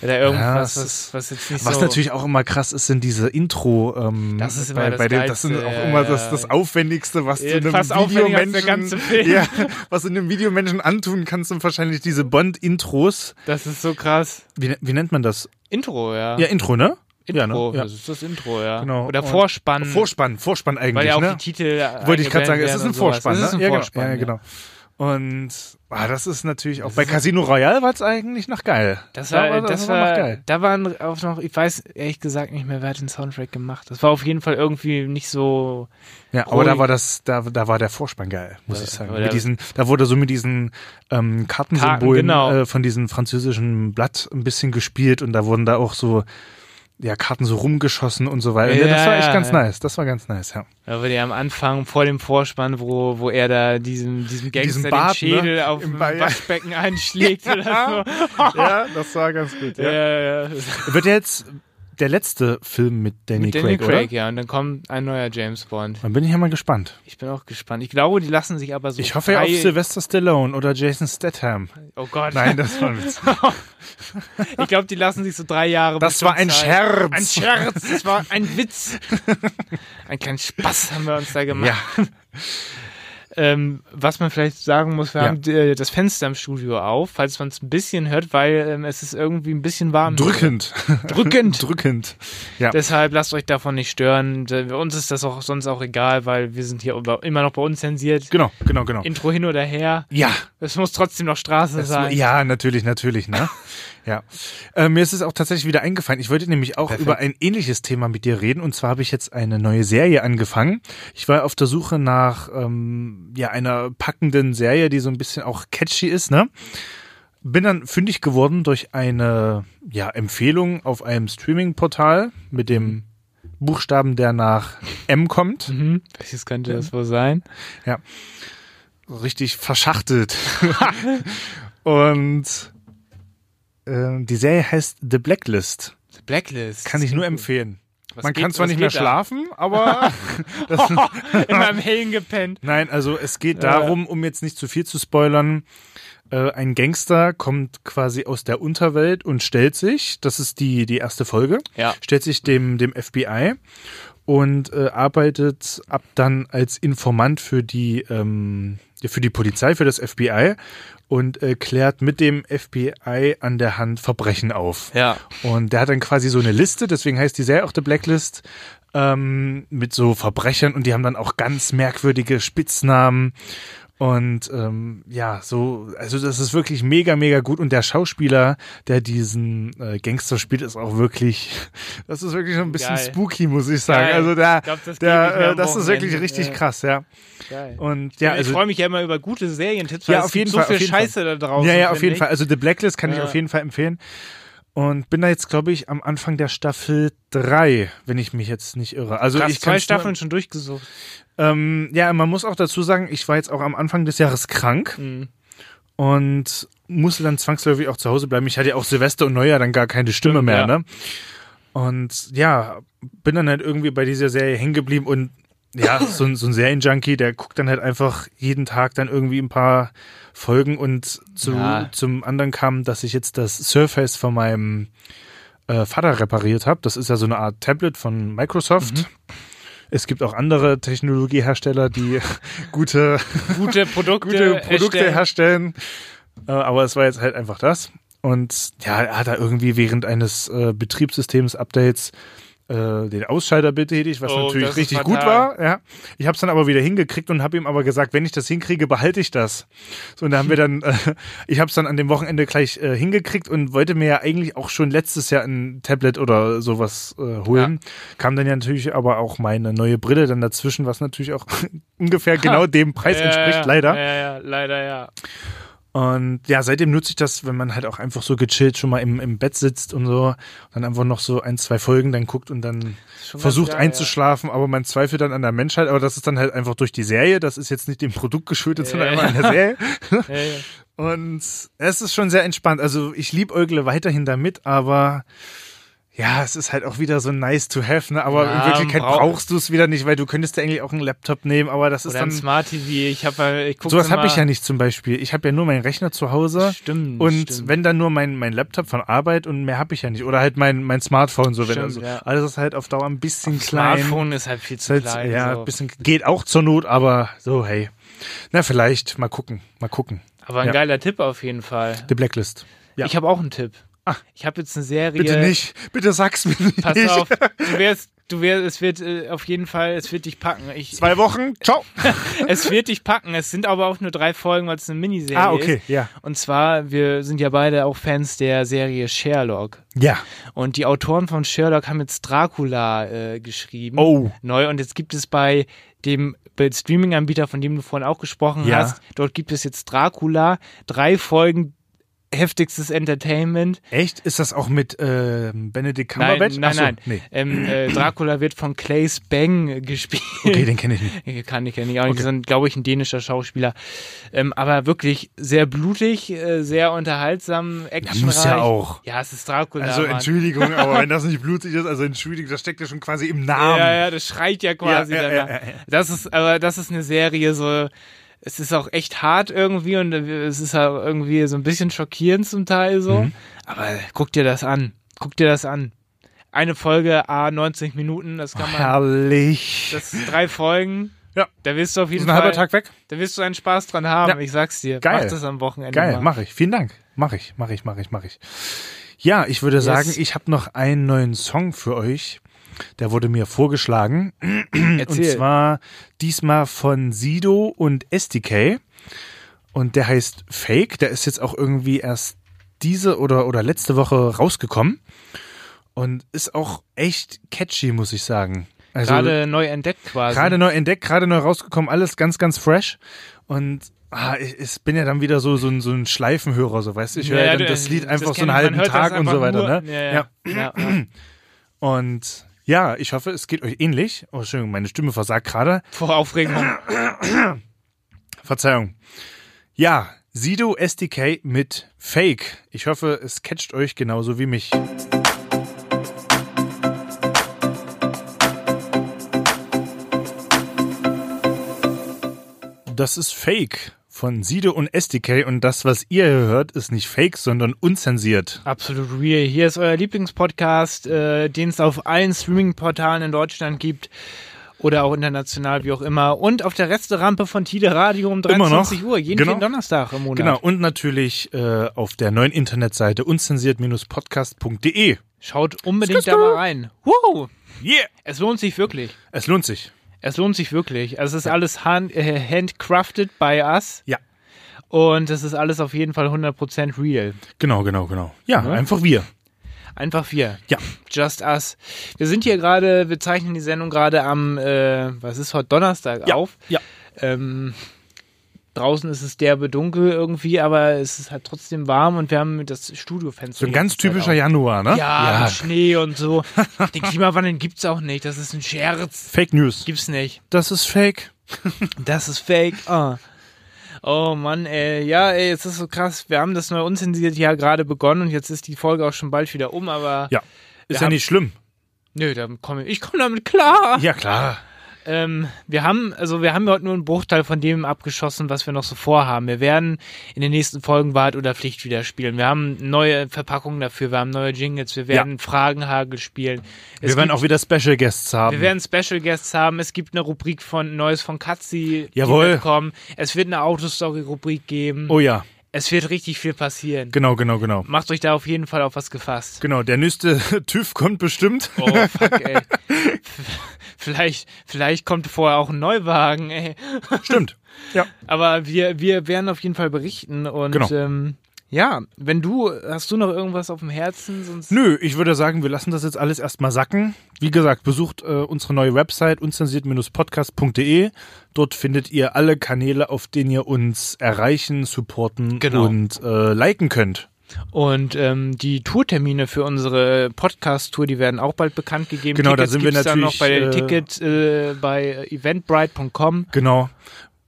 S3: Oder
S2: Ja,
S3: irgendwas,
S2: es
S3: was, was jetzt nicht
S2: Was
S3: so.
S2: natürlich auch immer krass ist, sind diese Intro. Ähm,
S3: Das ist immer
S2: bei,
S3: das
S2: bei dem,
S3: Geilste,
S2: Das sind
S3: ja,
S2: auch immer
S3: ja.
S2: das, das Aufwendigste, was
S3: Ja,
S2: du einem
S3: fast aufwendiger als der
S2: Videomenschen,
S3: ganze
S2: [laughs]
S3: Film.
S2: Ja, was du einem Videomenschen antun kannst, sind wahrscheinlich diese Bond-Intros.
S3: Das ist so krass.
S2: Wie, wie nennt man das?
S3: Intro, ja.
S2: Ja, Intro, ne?
S3: Ah.
S2: Ja,
S3: Intro, Also,
S2: ne? Ja.
S3: das ist das Intro, ja.
S2: Genau.
S3: Oder
S2: Und-
S3: Vorspann.
S2: Vorspann, Vorspann eigentlich,
S3: weil ja auch
S2: ne?
S3: die Titel.
S2: Wollte ich gerade
S3: eingeblendet
S2: sagen, es
S3: werden
S2: ist ein
S3: und sowas.
S2: Vorspann,
S3: Es
S2: ne?
S3: ist ein
S2: ja, genau.
S3: Vorspann,
S2: ja, genau. Und ah, das ist natürlich auch bei Casino Royale war es eigentlich noch geil.
S3: Das
S2: Da
S3: war, das war,
S2: noch geil.
S3: da waren auch noch, ich weiß ehrlich gesagt nicht mehr, wer hat den Soundtrack gemacht. Das war auf jeden Fall irgendwie nicht so,
S2: Ja, aber da
S3: ruhig.
S2: war das, da, da war der Vorspann geil, muss ich sagen.
S3: aber
S2: Mit
S3: da-
S2: diesen, da wurde so mit diesen ähm, Kartensymbolen
S3: genau.
S2: äh, von diesem französischen Blatt ein bisschen gespielt und da wurden da auch so ja Karten so rumgeschossen und so weiter. Ja, das
S3: Ja,
S2: war echt
S3: ja,
S2: ganz
S3: ja.
S2: nice. Das war ganz nice,
S3: [laughs]
S2: ja.
S3: aber der am Anfang vor dem Vorspann, wo, wo er da diesem, diesem Gangster
S2: Bart, ne?
S3: den Schädel auf
S2: Im
S3: dem
S2: Ball, ja. [laughs]
S3: Waschbecken einschlägt oder so.
S2: ja, das war ganz gut.
S3: Ja, ja, ja.
S2: Wird ja jetzt der letzte Film mit Danny,
S3: Mit Daniel
S2: Craig, Craig,
S3: Craig,
S2: oder?
S3: ja. Und dann kommt ein neuer James Bond.
S2: Dann bin ich ja mal gespannt.
S3: Ich bin auch gespannt. Ich glaube, die lassen sich aber so.
S2: Ich hoffe ja auf
S3: frei-
S2: Sylvester Stallone oder Jason Statham.
S3: Oh Gott.
S2: Nein, das war ein Witz.
S3: [laughs] Ich glaube, die lassen sich so drei Jahre.
S2: [laughs] Das war ein
S3: bestimmt Zeit.
S2: Scherz.
S3: Ein Scherz. Das war
S2: [laughs]
S3: ein Witz. Ein kleinen Spaß haben wir uns da gemacht.
S2: Ja,
S3: Ähm, was man vielleicht sagen muss, wir
S2: Ja.
S3: haben äh, das Fenster im Studio auf, falls man es ein bisschen hört, weil ähm, es ist irgendwie ein bisschen warm.
S2: drückend. [laughs]
S3: Drückend.
S2: drückend. Ja.
S3: Deshalb lasst euch davon nicht stören. Äh, Uns ist das auch sonst auch egal, weil wir sind hier über- immer noch bei uns zensiert.
S2: Genau, genau, genau.
S3: Intro hin oder her.
S2: Ja,
S3: Es muss trotzdem noch Straße
S2: das,
S3: sein.
S2: ja, natürlich, natürlich, ne? ja. Äh, mir ist es auch tatsächlich wieder eingefallen. Ich wollte nämlich auch über ein ähnliches Thema mit dir reden. Und zwar habe ich jetzt eine neue Serie angefangen. Ich war auf der Suche nach ähm, ja einer packenden Serie, die so ein bisschen auch catchy ist, ne? Bin dann fündig geworden durch eine ja, Empfehlung auf einem Streaming-Portal mit dem Buchstaben, der nach M kommt.
S3: Mhm. Welches könnte das wohl sein?
S2: richtig verschachtelt. [laughs] und äh, die Serie heißt The Blacklist.
S3: The Blacklist.
S2: Kann ich nur empfehlen.
S3: Was
S2: Man
S3: geht-
S2: kann zwar
S3: was
S2: nicht mehr
S3: geht da?
S2: schlafen, aber
S3: [laughs] [laughs] Immer im Hellen gepennt.
S2: nein, also es
S3: Äh.
S2: geht darum, um jetzt nicht zu viel zu spoilern. Äh, ein Gangster kommt quasi aus der Unterwelt und stellt sich, das ist die, die erste Folge,
S3: Ja.
S2: stellt sich dem, dem FBI und äh, arbeitet ab dann als Informant für die, ähm, ja, für die Polizei, für das FBI und äh, klärt mit dem FBI an der Hand Verbrechen auf.
S3: Ja.
S2: Und der hat dann quasi so eine Liste, deswegen heißt die Serie auch The Blacklist, ähm, mit so Verbrechern und die haben dann auch ganz merkwürdige Spitznamen. Und ähm, ja, so, also das ist wirklich mega, mega gut. Und der Schauspieler, der diesen äh, Gangster spielt, ist auch wirklich, [laughs] das ist wirklich schon ein bisschen
S3: Geil.
S2: spooky, muss ich sagen.
S3: Geil.
S2: Also der,
S3: Ich glaub, das geht nicht mehr
S2: der, äh,
S3: am
S2: das ist wirklich
S3: Wochenende.
S2: richtig
S3: Ja.
S2: krass, ja.
S3: Geil.
S2: Und ja,
S3: ich
S2: also
S3: freue mich ja immer über gute Serientipps, weil
S2: Ja,
S3: es
S2: auf
S3: gibt
S2: jeden
S3: so
S2: Fall,
S3: viel
S2: auf jeden
S3: Scheiße da draußen.
S2: Ja, ja, auf
S3: finde
S2: jeden
S3: ich.
S2: Fall. Also The Blacklist kann ich
S3: Ja.
S2: auf jeden Fall empfehlen. Und bin da jetzt, glaube ich, am Anfang der Staffel drei, wenn ich mich jetzt nicht irre. Also
S3: Krass,
S2: ich
S3: zwei
S2: kann's nur-
S3: Staffeln schon durchgesucht.
S2: Ähm, ja, man muss auch dazu sagen, ich war jetzt auch am Anfang des Jahres krank
S3: Mhm.
S2: und musste dann zwangsläufig auch zu Hause bleiben. Ich hatte ja auch Silvester und Neujahr dann gar keine Stimme
S3: Stimmt,
S2: mehr,
S3: ja.
S2: ne? Und ja, bin dann halt irgendwie bei dieser Serie hängen geblieben und ja, so ein, so ein Serienjunkie, der guckt dann halt einfach jeden Tag dann irgendwie ein paar Folgen und zu,
S3: Ja.
S2: zum anderen kam, dass ich jetzt das Surface von meinem äh, Vater repariert habe. Das ist ja so eine Art Tablet von Microsoft. Es gibt auch andere Technologiehersteller, die [laughs] gute
S3: [laughs] Gute Produkte.
S2: gute Produkte
S3: erstellen.
S2: herstellen. Äh, aber es war jetzt halt einfach das. Und ja, er hat da irgendwie während eines äh, Betriebssystems-Updates äh, den Ausschalter betätigt, was
S3: Oh, das
S2: natürlich
S3: ist
S2: richtig
S3: fatal.
S2: gut war. Ja. Ich habe es dann aber wieder hingekriegt und habe ihm aber gesagt, wenn ich das hinkriege, behalte ich das. So, und da haben wir dann, äh, [laughs] ich habe es dann an dem Wochenende gleich äh, hingekriegt und wollte mir ja eigentlich auch schon letztes Jahr ein Tablet oder sowas äh, holen. Kam dann ja natürlich aber auch meine neue Brille dann dazwischen, was natürlich auch [laughs] ungefähr genau dem Preis
S3: Ja,
S2: entspricht,
S3: ja,
S2: leider.
S3: Ja, ja, leider, ja.
S2: Und ja, seitdem nutze ich das, wenn man halt auch einfach so gechillt schon mal im, im Bett sitzt und so, dann einfach noch so ein, zwei Folgen dann guckt und dann
S3: Schon ganz
S2: versucht
S3: geil,
S2: einzuschlafen, aber man zweifelt dann an der Menschheit, aber das ist dann halt einfach durch die Serie, das ist jetzt nicht dem Produkt geschuldet, sondern
S3: Ja.
S2: einfach an der
S3: [laughs]
S2: Serie.
S3: Ja, ja.
S2: Und es ist schon sehr entspannt. Also ich lieb Eugle weiterhin damit, aber ja, es ist halt auch wieder so nice to have, ne? Aber
S3: Ja,
S2: in Wirklichkeit
S3: brau-
S2: brauchst du es wieder nicht, weil du könntest ja eigentlich auch einen Laptop nehmen, aber das ist
S3: Oder ein
S2: dann.
S3: Smart TV. Ich habe, ich gucke
S2: Sowas habe ich ja nicht zum Beispiel. Ich habe ja nur meinen Rechner zu Hause.
S3: Stimmt.
S2: Und
S3: stimmt.
S2: wenn dann nur mein, mein Laptop von Arbeit und mehr habe ich ja nicht. Oder halt mein, mein Smartphone, so wenn
S3: Stimmt,
S2: also.
S3: ja.
S2: Alles ist halt auf Dauer ein bisschen klein.
S3: Smartphone ist halt viel
S2: ist
S3: zu
S2: halt,
S3: klein.
S2: ja,
S3: so.
S2: ein bisschen geht auch zur Not, aber so, hey. Na, vielleicht, mal gucken, mal gucken.
S3: Aber ein
S2: ja.
S3: geiler Tipp auf jeden Fall.
S2: The Blacklist. Ja. Ah.
S3: Ich habe auch einen Tipp. Ich habe jetzt eine Serie.
S2: Bitte nicht. Bitte sag's mir nicht.
S3: Pass auf, du wirst, du wirst, es wird äh, auf jeden Fall, es wird dich packen.
S2: [laughs]
S3: Ich,
S2: Zwei Wochen.
S3: [laughs]
S2: Ciao. Ah,
S3: es wird dich packen. Es sind aber auch nur drei Folgen, weil es eine Miniserie
S2: Ah, okay,
S3: ist.
S2: ja.
S3: Und zwar, wir sind ja beide auch Fans der Serie Sherlock.
S2: Ja.
S3: Und die Autoren von Sherlock haben jetzt Dracula äh, geschrieben.
S2: Oh.
S3: Neu. Und jetzt gibt es bei dem bei Streaming-Anbieter, von dem du vorhin auch gesprochen
S2: Ja.
S3: hast, dort gibt es jetzt Dracula, drei Folgen, heftigstes Entertainment.
S2: Echt? Ist das auch mit ähm, Benedict Cumberbatch?
S3: Nein,
S2: Ach so,
S3: nein, nein.
S2: Nee.
S3: Ähm, äh, Dracula wird von Claes Bang äh, gespielt.
S2: Okay, den kenne ich nicht.
S3: Kann ich [laughs] ja nicht. Auch nicht. sind, glaube ich, ein dänischer Schauspieler. Ähm, aber wirklich sehr blutig, äh, sehr unterhaltsam, actionreich.
S2: muss ja auch.
S3: Ja, es ist Dracula.
S2: Also
S3: Mann.
S2: Entschuldigung, aber wenn
S3: [laughs]
S2: das nicht blutig ist, also Entschuldigung, das steckt ja schon quasi im Namen.
S3: Ja, ja, das schreit ja quasi
S2: Ja, ja,
S3: danach.
S2: ja, ja,
S3: Das ist, aber das ist eine Serie so. Es ist auch echt hart irgendwie und äh, es ist halt irgendwie so ein bisschen schockierend zum Teil so.
S2: Mhm.
S3: Aber guck dir das an. Guck dir das an. Eine Folge A 90 Minuten, das kann man.
S2: Herrlich.
S3: Das sind drei Folgen.
S2: Ja.
S3: Da wirst du auf
S2: ist
S3: jeden
S2: ein halber
S3: Fall.
S2: Tag weg.
S3: Da wirst du einen Spaß dran haben.
S2: Ja.
S3: Ich sag's dir.
S2: Geil.
S3: Mach das am Wochenende.
S2: Geil,
S3: mal.
S2: mach ich. Vielen Dank. Mach ich, mach ich, mach ich, mach ich. Ja, ich würde sagen, ich habe noch einen neuen Song für euch. Der wurde mir vorgeschlagen.
S3: Erzähl.
S2: Und zwar diesmal von Sido und SDK. Und der heißt Fake. Der ist jetzt auch irgendwie erst diese oder, oder letzte Woche rausgekommen. Und ist auch echt catchy, muss ich sagen. Also,
S3: gerade neu entdeckt quasi.
S2: Gerade neu entdeckt, gerade neu rausgekommen, alles ganz, ganz fresh. Und ah, ich, ich bin ja dann wieder so, so, ein, so ein Schleifenhörer, so weißt du. Ich höre ja,
S3: du-
S2: dann das Lied einfach
S3: das
S2: so einen
S3: kenn ich. Man
S2: halben
S3: hört das
S2: Tag und so
S3: einfach
S2: weiter.
S3: nur-
S2: Ne?
S3: Ja, ja. ja. ja.
S2: Und ja, ich hoffe, es geht euch ähnlich. Oh, Entschuldigung, meine Stimme versagt gerade.
S3: Vor Aufregung.
S2: [clears throat] Verzeihung. Ja, Sido SDK mit Fake. Ich hoffe, es catcht euch genauso wie mich. Das ist Fake von Sido und SDK und das, was ihr hier hört, ist nicht Fake, sondern unzensiert.
S3: Absolut real. Hier ist euer Lieblingspodcast, äh, den es auf allen Streaming-Portalen in Deutschland gibt. Oder auch international, wie auch immer. Und auf der Resterampe von Tide Radio um
S2: Immer noch.
S3: 23 Uhr, jeden
S2: Genau.
S3: vierten Donnerstag im Monat.
S2: Genau, und natürlich äh, auf der neuen Internetseite unzensiert-podcast.de.
S3: Schaut unbedingt da mal rein. Wow.
S2: Yeah!
S3: Es lohnt sich wirklich.
S2: Es lohnt sich.
S3: Es lohnt sich wirklich. Also es ist alles hand, äh, handcrafted by us
S2: Ja.
S3: und es ist alles auf jeden Fall 100% real.
S2: Genau, genau, genau. Ja, einfach wir.
S3: Einfach wir.
S2: Ja.
S3: Just us. Wir sind hier gerade, wir zeichnen die Sendung gerade am, äh, was ist heute, Donnerstag auf.
S2: Ja.
S3: Ähm, draußen ist es derbe dunkel irgendwie, aber es ist halt trotzdem warm und wir haben das
S2: So
S3: Studiofenster.
S2: ein ganz
S3: die ganze Zeit
S2: typischer Januar, ne?
S3: auf. Ja, mit Schnee
S2: [laughs]
S3: und so. Den Klimawandel gibt's auch nicht, das ist ein Scherz.
S2: Fake News.
S3: Gibt's nicht.
S2: Das ist Fake.
S3: Das ist fake. Ah. Oh Mann, ey. Ja, ey, es ist so krass. Wir haben das neue unzensierte Jahr gerade begonnen und jetzt ist die Folge auch schon bald wieder um, aber
S2: Ja. Ist ja
S3: haben-
S2: nicht schlimm.
S3: nö, dann komme ich, ich komme damit klar.
S2: Ja, klar.
S3: Ähm, wir haben, also wir haben heute nur einen Bruchteil von dem abgeschossen, was wir noch so vorhaben. Wir werden in den nächsten Folgen Wahrheit oder Pflicht wieder spielen. Wir haben neue Verpackungen dafür, wir haben neue Jingles, wir werden Fragenhagel spielen. Es
S2: wir werden
S3: gibt,
S2: auch wieder Special Guests haben.
S3: wir werden Special Guests haben, es gibt eine Rubrik von Neues von Katzi,
S2: Jawohl.
S3: die wird kommen. Es wird eine Autostory-Rubrik geben.
S2: oh ja,
S3: Es wird richtig viel passieren.
S2: genau, genau, genau.
S3: Macht euch da auf jeden Fall auf was gefasst.
S2: Genau, der nächste [laughs] TÜV kommt bestimmt.
S3: Oh, fuck, ey. [laughs] vielleicht, vielleicht kommt vorher auch ein Neuwagen, ey.
S2: [laughs] Stimmt. Ja.
S3: Aber wir, wir werden auf jeden Fall berichten und
S2: Genau.
S3: ähm, ja, wenn du, hast du noch irgendwas auf dem Herzen? Sonst
S2: Nö, ich würde sagen, wir lassen das jetzt alles erstmal sacken. Wie gesagt, besucht äh, unsere neue Website unzensiert-podcast.de. Dort findet ihr alle Kanäle, auf denen ihr uns erreichen, supporten
S3: Genau.
S2: und äh, liken könnt.
S3: Und ähm, die Tourtermine für unsere Podcast-Tour, die werden auch bald bekannt gegeben.
S2: Genau, da
S3: Tickets
S2: sind wir
S3: gibt's dann
S2: natürlich,
S3: noch bei
S2: äh,
S3: Ticket äh, bei eventbrite.com.
S2: Genau.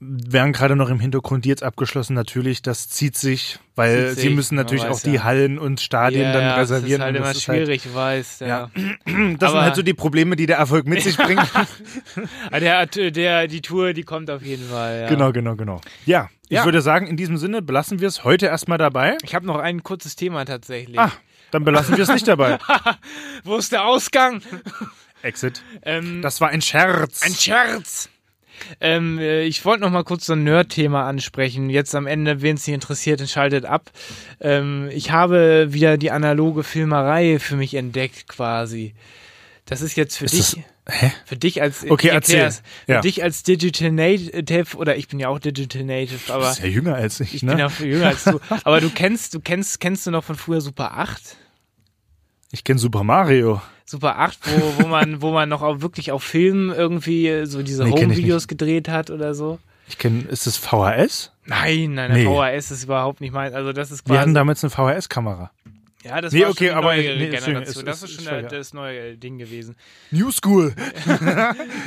S2: Wären gerade noch im Hintergrund die jetzt abgeschlossen, natürlich, das zieht sich, weil
S3: Zieht
S2: sie
S3: sich,
S2: müssen
S3: man
S2: natürlich
S3: weiß
S2: auch die
S3: ja.
S2: Hallen und Stadien
S3: Ja,
S2: dann
S3: ja,
S2: reservieren.
S3: Das ist halt
S2: und
S3: immer
S2: das ist
S3: schwierig, ich weiß. Ja.
S2: Halt, das sind
S3: Aber-
S2: halt so die Probleme, die der Erfolg mit sich
S3: [laughs]
S2: bringt. [laughs]
S3: Ah, Der, der, die Tour, die kommt auf jeden Fall. Ja.
S2: Genau, genau, genau. Ja, ich
S3: Ja.
S2: würde sagen, in diesem Sinne belassen wir es heute erstmal dabei.
S3: Ich habe noch ein kurzes Thema tatsächlich.
S2: Ah, dann belassen wir es nicht
S3: [laughs]
S2: dabei.
S3: Wo ist der Ausgang?
S2: Exit.
S3: Ähm,
S2: Das war ein Scherz.
S3: ein Scherz. Ähm, äh, ich wollte noch mal kurz so ein Nerd-Thema ansprechen. Jetzt am Ende, wen es nicht interessiert, dann schaltet ab. Ähm, ich habe wieder die analoge Filmerei für mich entdeckt, quasi. Das ist jetzt für
S2: Ist
S3: dich.
S2: das- Hä?
S3: Für dich als
S2: Okay,
S3: ich erklär's.
S2: erzähl. Ja.
S3: Für dich als Digital Native oder ich bin ja auch Digital Native,
S2: Du
S3: aber
S2: bist ja jünger als ich,
S3: ich
S2: ne?
S3: bin ja viel jünger als du. Aber du kennst, du kennst, kennst du noch von früher Super 8?
S2: ich kenne Super Mario.
S3: Super 8, wo, wo man, wo man noch auch wirklich auf Filmen irgendwie äh, so diese
S2: Nee, kenn ich
S3: Home-Videos gedreht hat oder so.
S2: Ich kenne, ist es VHS?
S3: Nein, nein,
S2: Nee.
S3: der VHS ist überhaupt nicht mein. Also das ist
S2: Wir hatten
S3: quasi.
S2: damals eine VHS-Kamera.
S3: Ja, das
S2: Nee,
S3: war
S2: okay,
S3: schon die
S2: aber-
S3: neue
S2: nee, Entschuldigung,
S3: Generation.
S2: es-
S3: das
S2: es-
S3: ist schon
S2: ich
S3: der,
S2: war-
S3: das neue Ding gewesen.
S2: New School.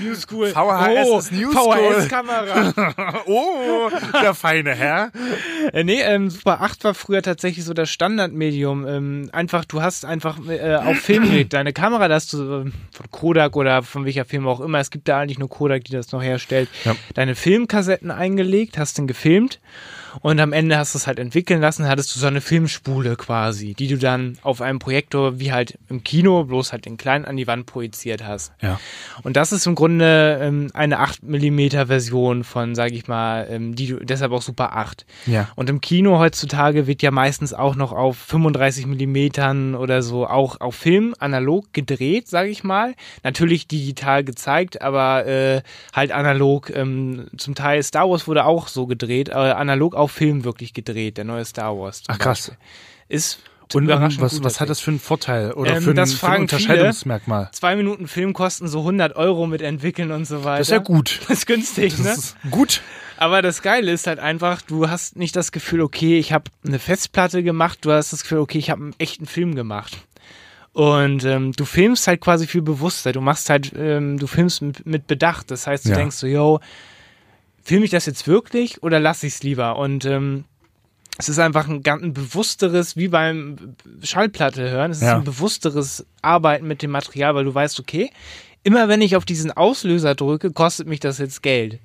S3: New School.
S2: VHS
S3: oh,
S2: ist New
S3: [laughs]
S2: School.
S3: VHS-Kamera.
S2: [laughs] Oh, der feine Herr.
S3: Äh, nee, ähm, Super 8 war früher tatsächlich so das Standardmedium. Ähm, einfach, du hast einfach äh, auf Filmgerät deine Kamera, da hast du ähm, von Kodak oder von welcher Firma auch immer, es gibt da eigentlich nur Kodak, die das noch herstellt,
S2: Ja.
S3: deine Filmkassetten eingelegt, hast den gefilmt und am Ende hast du es halt entwickeln lassen, hattest du so eine Filmspule quasi, die du dann auf einem Projektor wie halt im Kino, bloß halt den kleinen an die Wand projiziert hast.
S2: Ja.
S3: Und das ist im Grunde ähm, eine 8mm Version von, sage ich mal, ähm, die du, deshalb auch Super 8.
S2: Ja.
S3: Und im Kino heutzutage wird ja meistens auch noch auf 35 mm oder so auch auf Film analog gedreht, sage ich mal. Natürlich digital gezeigt, aber äh, halt analog. Ähm, zum Teil Star Wars wurde auch so gedreht, äh, analog auf Film wirklich gedreht, der neue Star Wars. zum
S2: Ach krass.
S3: Beispiel. Ist
S2: Und ähm,
S3: überraschend
S2: was,
S3: gut
S2: was hat das für einen Vorteil oder
S3: Ähm,
S2: für, ein,
S3: das
S2: für ein
S3: fragen
S2: Unterscheidungsmerkmal?
S3: Zwei Minuten Film kosten so 100 Euro mit entwickeln und so weiter.
S2: Das ist ja gut.
S3: [laughs] Das ist günstig,
S2: Das
S3: Also, ne?
S2: ist gut.
S3: Aber das Geile ist halt einfach, du hast nicht das Gefühl, okay, ich habe eine Festplatte gemacht, du hast das Gefühl, okay, ich habe einen echten Film gemacht. Und ähm, du filmst halt quasi viel bewusster. Du machst halt, ähm, du filmst mit, mit Bedacht. Das heißt, du
S2: Ja.
S3: denkst so, yo, filme ich das jetzt wirklich oder lasse ich es lieber? Und ähm, es ist einfach ein ganz ein bewussteres, wie beim Schallplatte hören, es ist
S2: Ja.
S3: ein bewussteres Arbeiten mit dem Material, weil du weißt, okay, immer wenn ich auf diesen Auslöser drücke, kostet mich das jetzt Geld.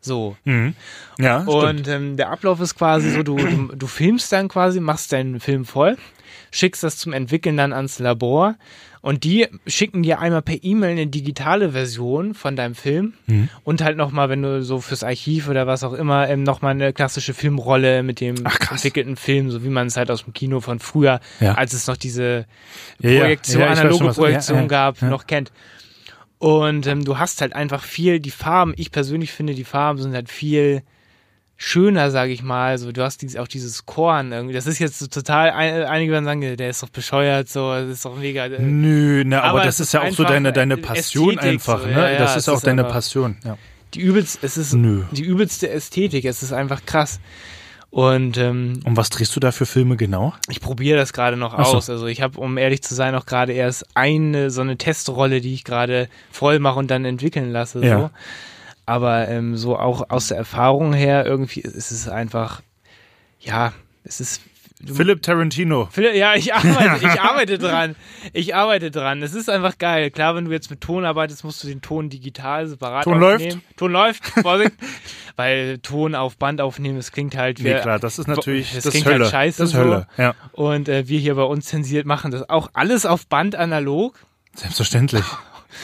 S3: So.
S2: Mhm. Ja, stimmt.
S3: Und ähm, der Ablauf ist quasi so, du, du, du filmst dann quasi, machst deinen Film voll, schickst das zum Entwickeln dann ans Labor und die schicken dir einmal per E-Mail eine digitale Version von deinem Film
S2: Mhm.
S3: und halt nochmal, wenn du so fürs Archiv oder was auch immer, ähm, nochmal eine klassische Filmrolle mit dem
S2: Ach, krass.
S3: entwickelten Film, so wie man es halt aus dem Kino von früher,
S2: Ja.
S3: als es noch diese
S2: Ja, ja.
S3: Projektion,
S2: Ja, ich weiß schon,
S3: analoge
S2: was du- ja,
S3: Projektion
S2: ja,
S3: gab,
S2: ja.
S3: noch kennt. Und ähm, du hast halt einfach viel, die Farben, ich persönlich finde, die Farben sind halt viel schöner, sage ich mal. So, du hast dies, auch dieses Korn irgendwie. Das ist jetzt so total, ein, einige werden sagen, der ist doch bescheuert, so, das ist doch mega. äh,
S2: Nö, na, aber,
S3: Aber
S2: das
S3: es
S2: ist
S3: ist
S2: ja auch so
S3: einfach
S2: deine, deine
S3: Ästhetik
S2: Passion
S3: so,
S2: einfach, ne?
S3: ja, ja,
S2: das
S3: es
S2: ist auch
S3: ist
S2: deine
S3: aber-
S2: Passion, ja.
S3: Die übelst, es ist
S2: Nö.
S3: die übelste Ästhetik, es ist einfach krass. Und ähm,
S2: Und was drehst du da für Filme genau?
S3: ich probiere das gerade noch
S2: Ach so.
S3: aus. Also ich habe, um ehrlich zu sein, auch gerade erst eine so eine Testrolle, die ich gerade voll mache und dann entwickeln lasse.
S2: Ja.
S3: So. Aber ähm, so auch aus der Erfahrung her irgendwie ist es einfach, ja, es ist. du-
S2: Philipp Tarantino.
S3: Philipp, ja, ich arbeite,
S2: [laughs]
S3: ich arbeite dran. Ich arbeite dran. Es ist einfach geil. Klar, wenn du jetzt mit Ton arbeitest, musst du den Ton digital separat
S2: Ton läuft.
S3: aufnehmen. Ton läuft. Vorsicht. [laughs] Weil Ton auf Band aufnehmen, es klingt halt wie
S2: Nee, klar, das ist natürlich
S3: das
S2: das, ist
S3: klingt halt
S2: Hölle.
S3: scheiße
S2: das ist
S3: so.
S2: Hölle. Ja,
S3: Und äh, wir hier bei uns zensiert machen das auch alles auf Band analog. [laughs]
S2: selbstverständlich.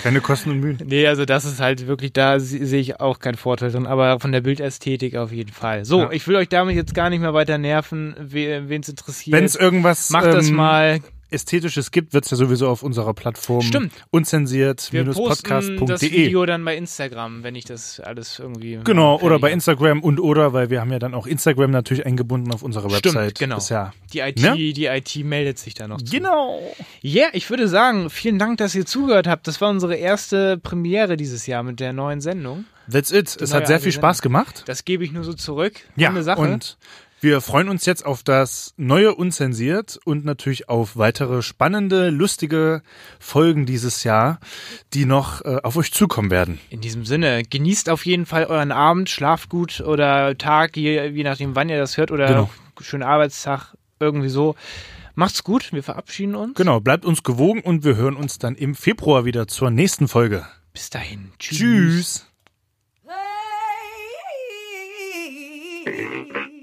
S2: Keine Kosten und Mühen.
S3: Nee, also das ist halt wirklich, da se- sehe ich auch keinen Vorteil drin, aber von der Bildästhetik auf jeden Fall. So,
S2: Ja.
S3: ich will euch damit jetzt gar nicht mehr weiter nerven, wen es interessiert.
S2: Wenn es irgendwas
S3: Macht das
S2: ähm,
S3: mal.
S2: Ästhetisches gibt, wird es ja sowieso auf unserer Plattform
S3: Stimmt. Wir posten das
S2: unzensiert-podcast.de.
S3: Video dann bei Instagram, wenn ich das alles irgendwie.
S2: Genau,
S3: fertig
S2: oder bei
S3: habe.
S2: Instagram und oder, weil wir haben ja dann auch Instagram natürlich eingebunden auf unserer
S3: Stimmt,
S2: Website.
S3: genau.
S2: Ist ja,
S3: Die IT,
S2: Ne?
S3: die IT meldet sich da noch. zu.
S2: genau.
S3: Ja, ich würde sagen, vielen Dank, dass ihr zugehört habt. Das war unsere erste Premiere dieses Jahr mit der neuen Sendung.
S2: That's it. Es
S3: neue
S2: hat sehr viel Spaß gemacht.
S3: Das gebe ich nur so zurück.
S2: Ja,
S3: Runde Sache.
S2: und wir freuen uns jetzt auf das neue Unzensiert und natürlich auf weitere spannende, lustige Folgen dieses Jahr, die noch äh, auf euch zukommen werden.
S3: In diesem Sinne, genießt auf jeden Fall euren Abend, schlaft gut oder Tag, je, je nachdem, wann ihr das hört oder
S2: Genau.
S3: schönen Arbeitstag, irgendwie so. Macht's gut, wir verabschieden uns.
S2: Genau, bleibt uns gewogen und wir hören uns dann im Februar wieder zur nächsten Folge.
S3: Bis dahin.
S2: Tschüss.
S4: Hey.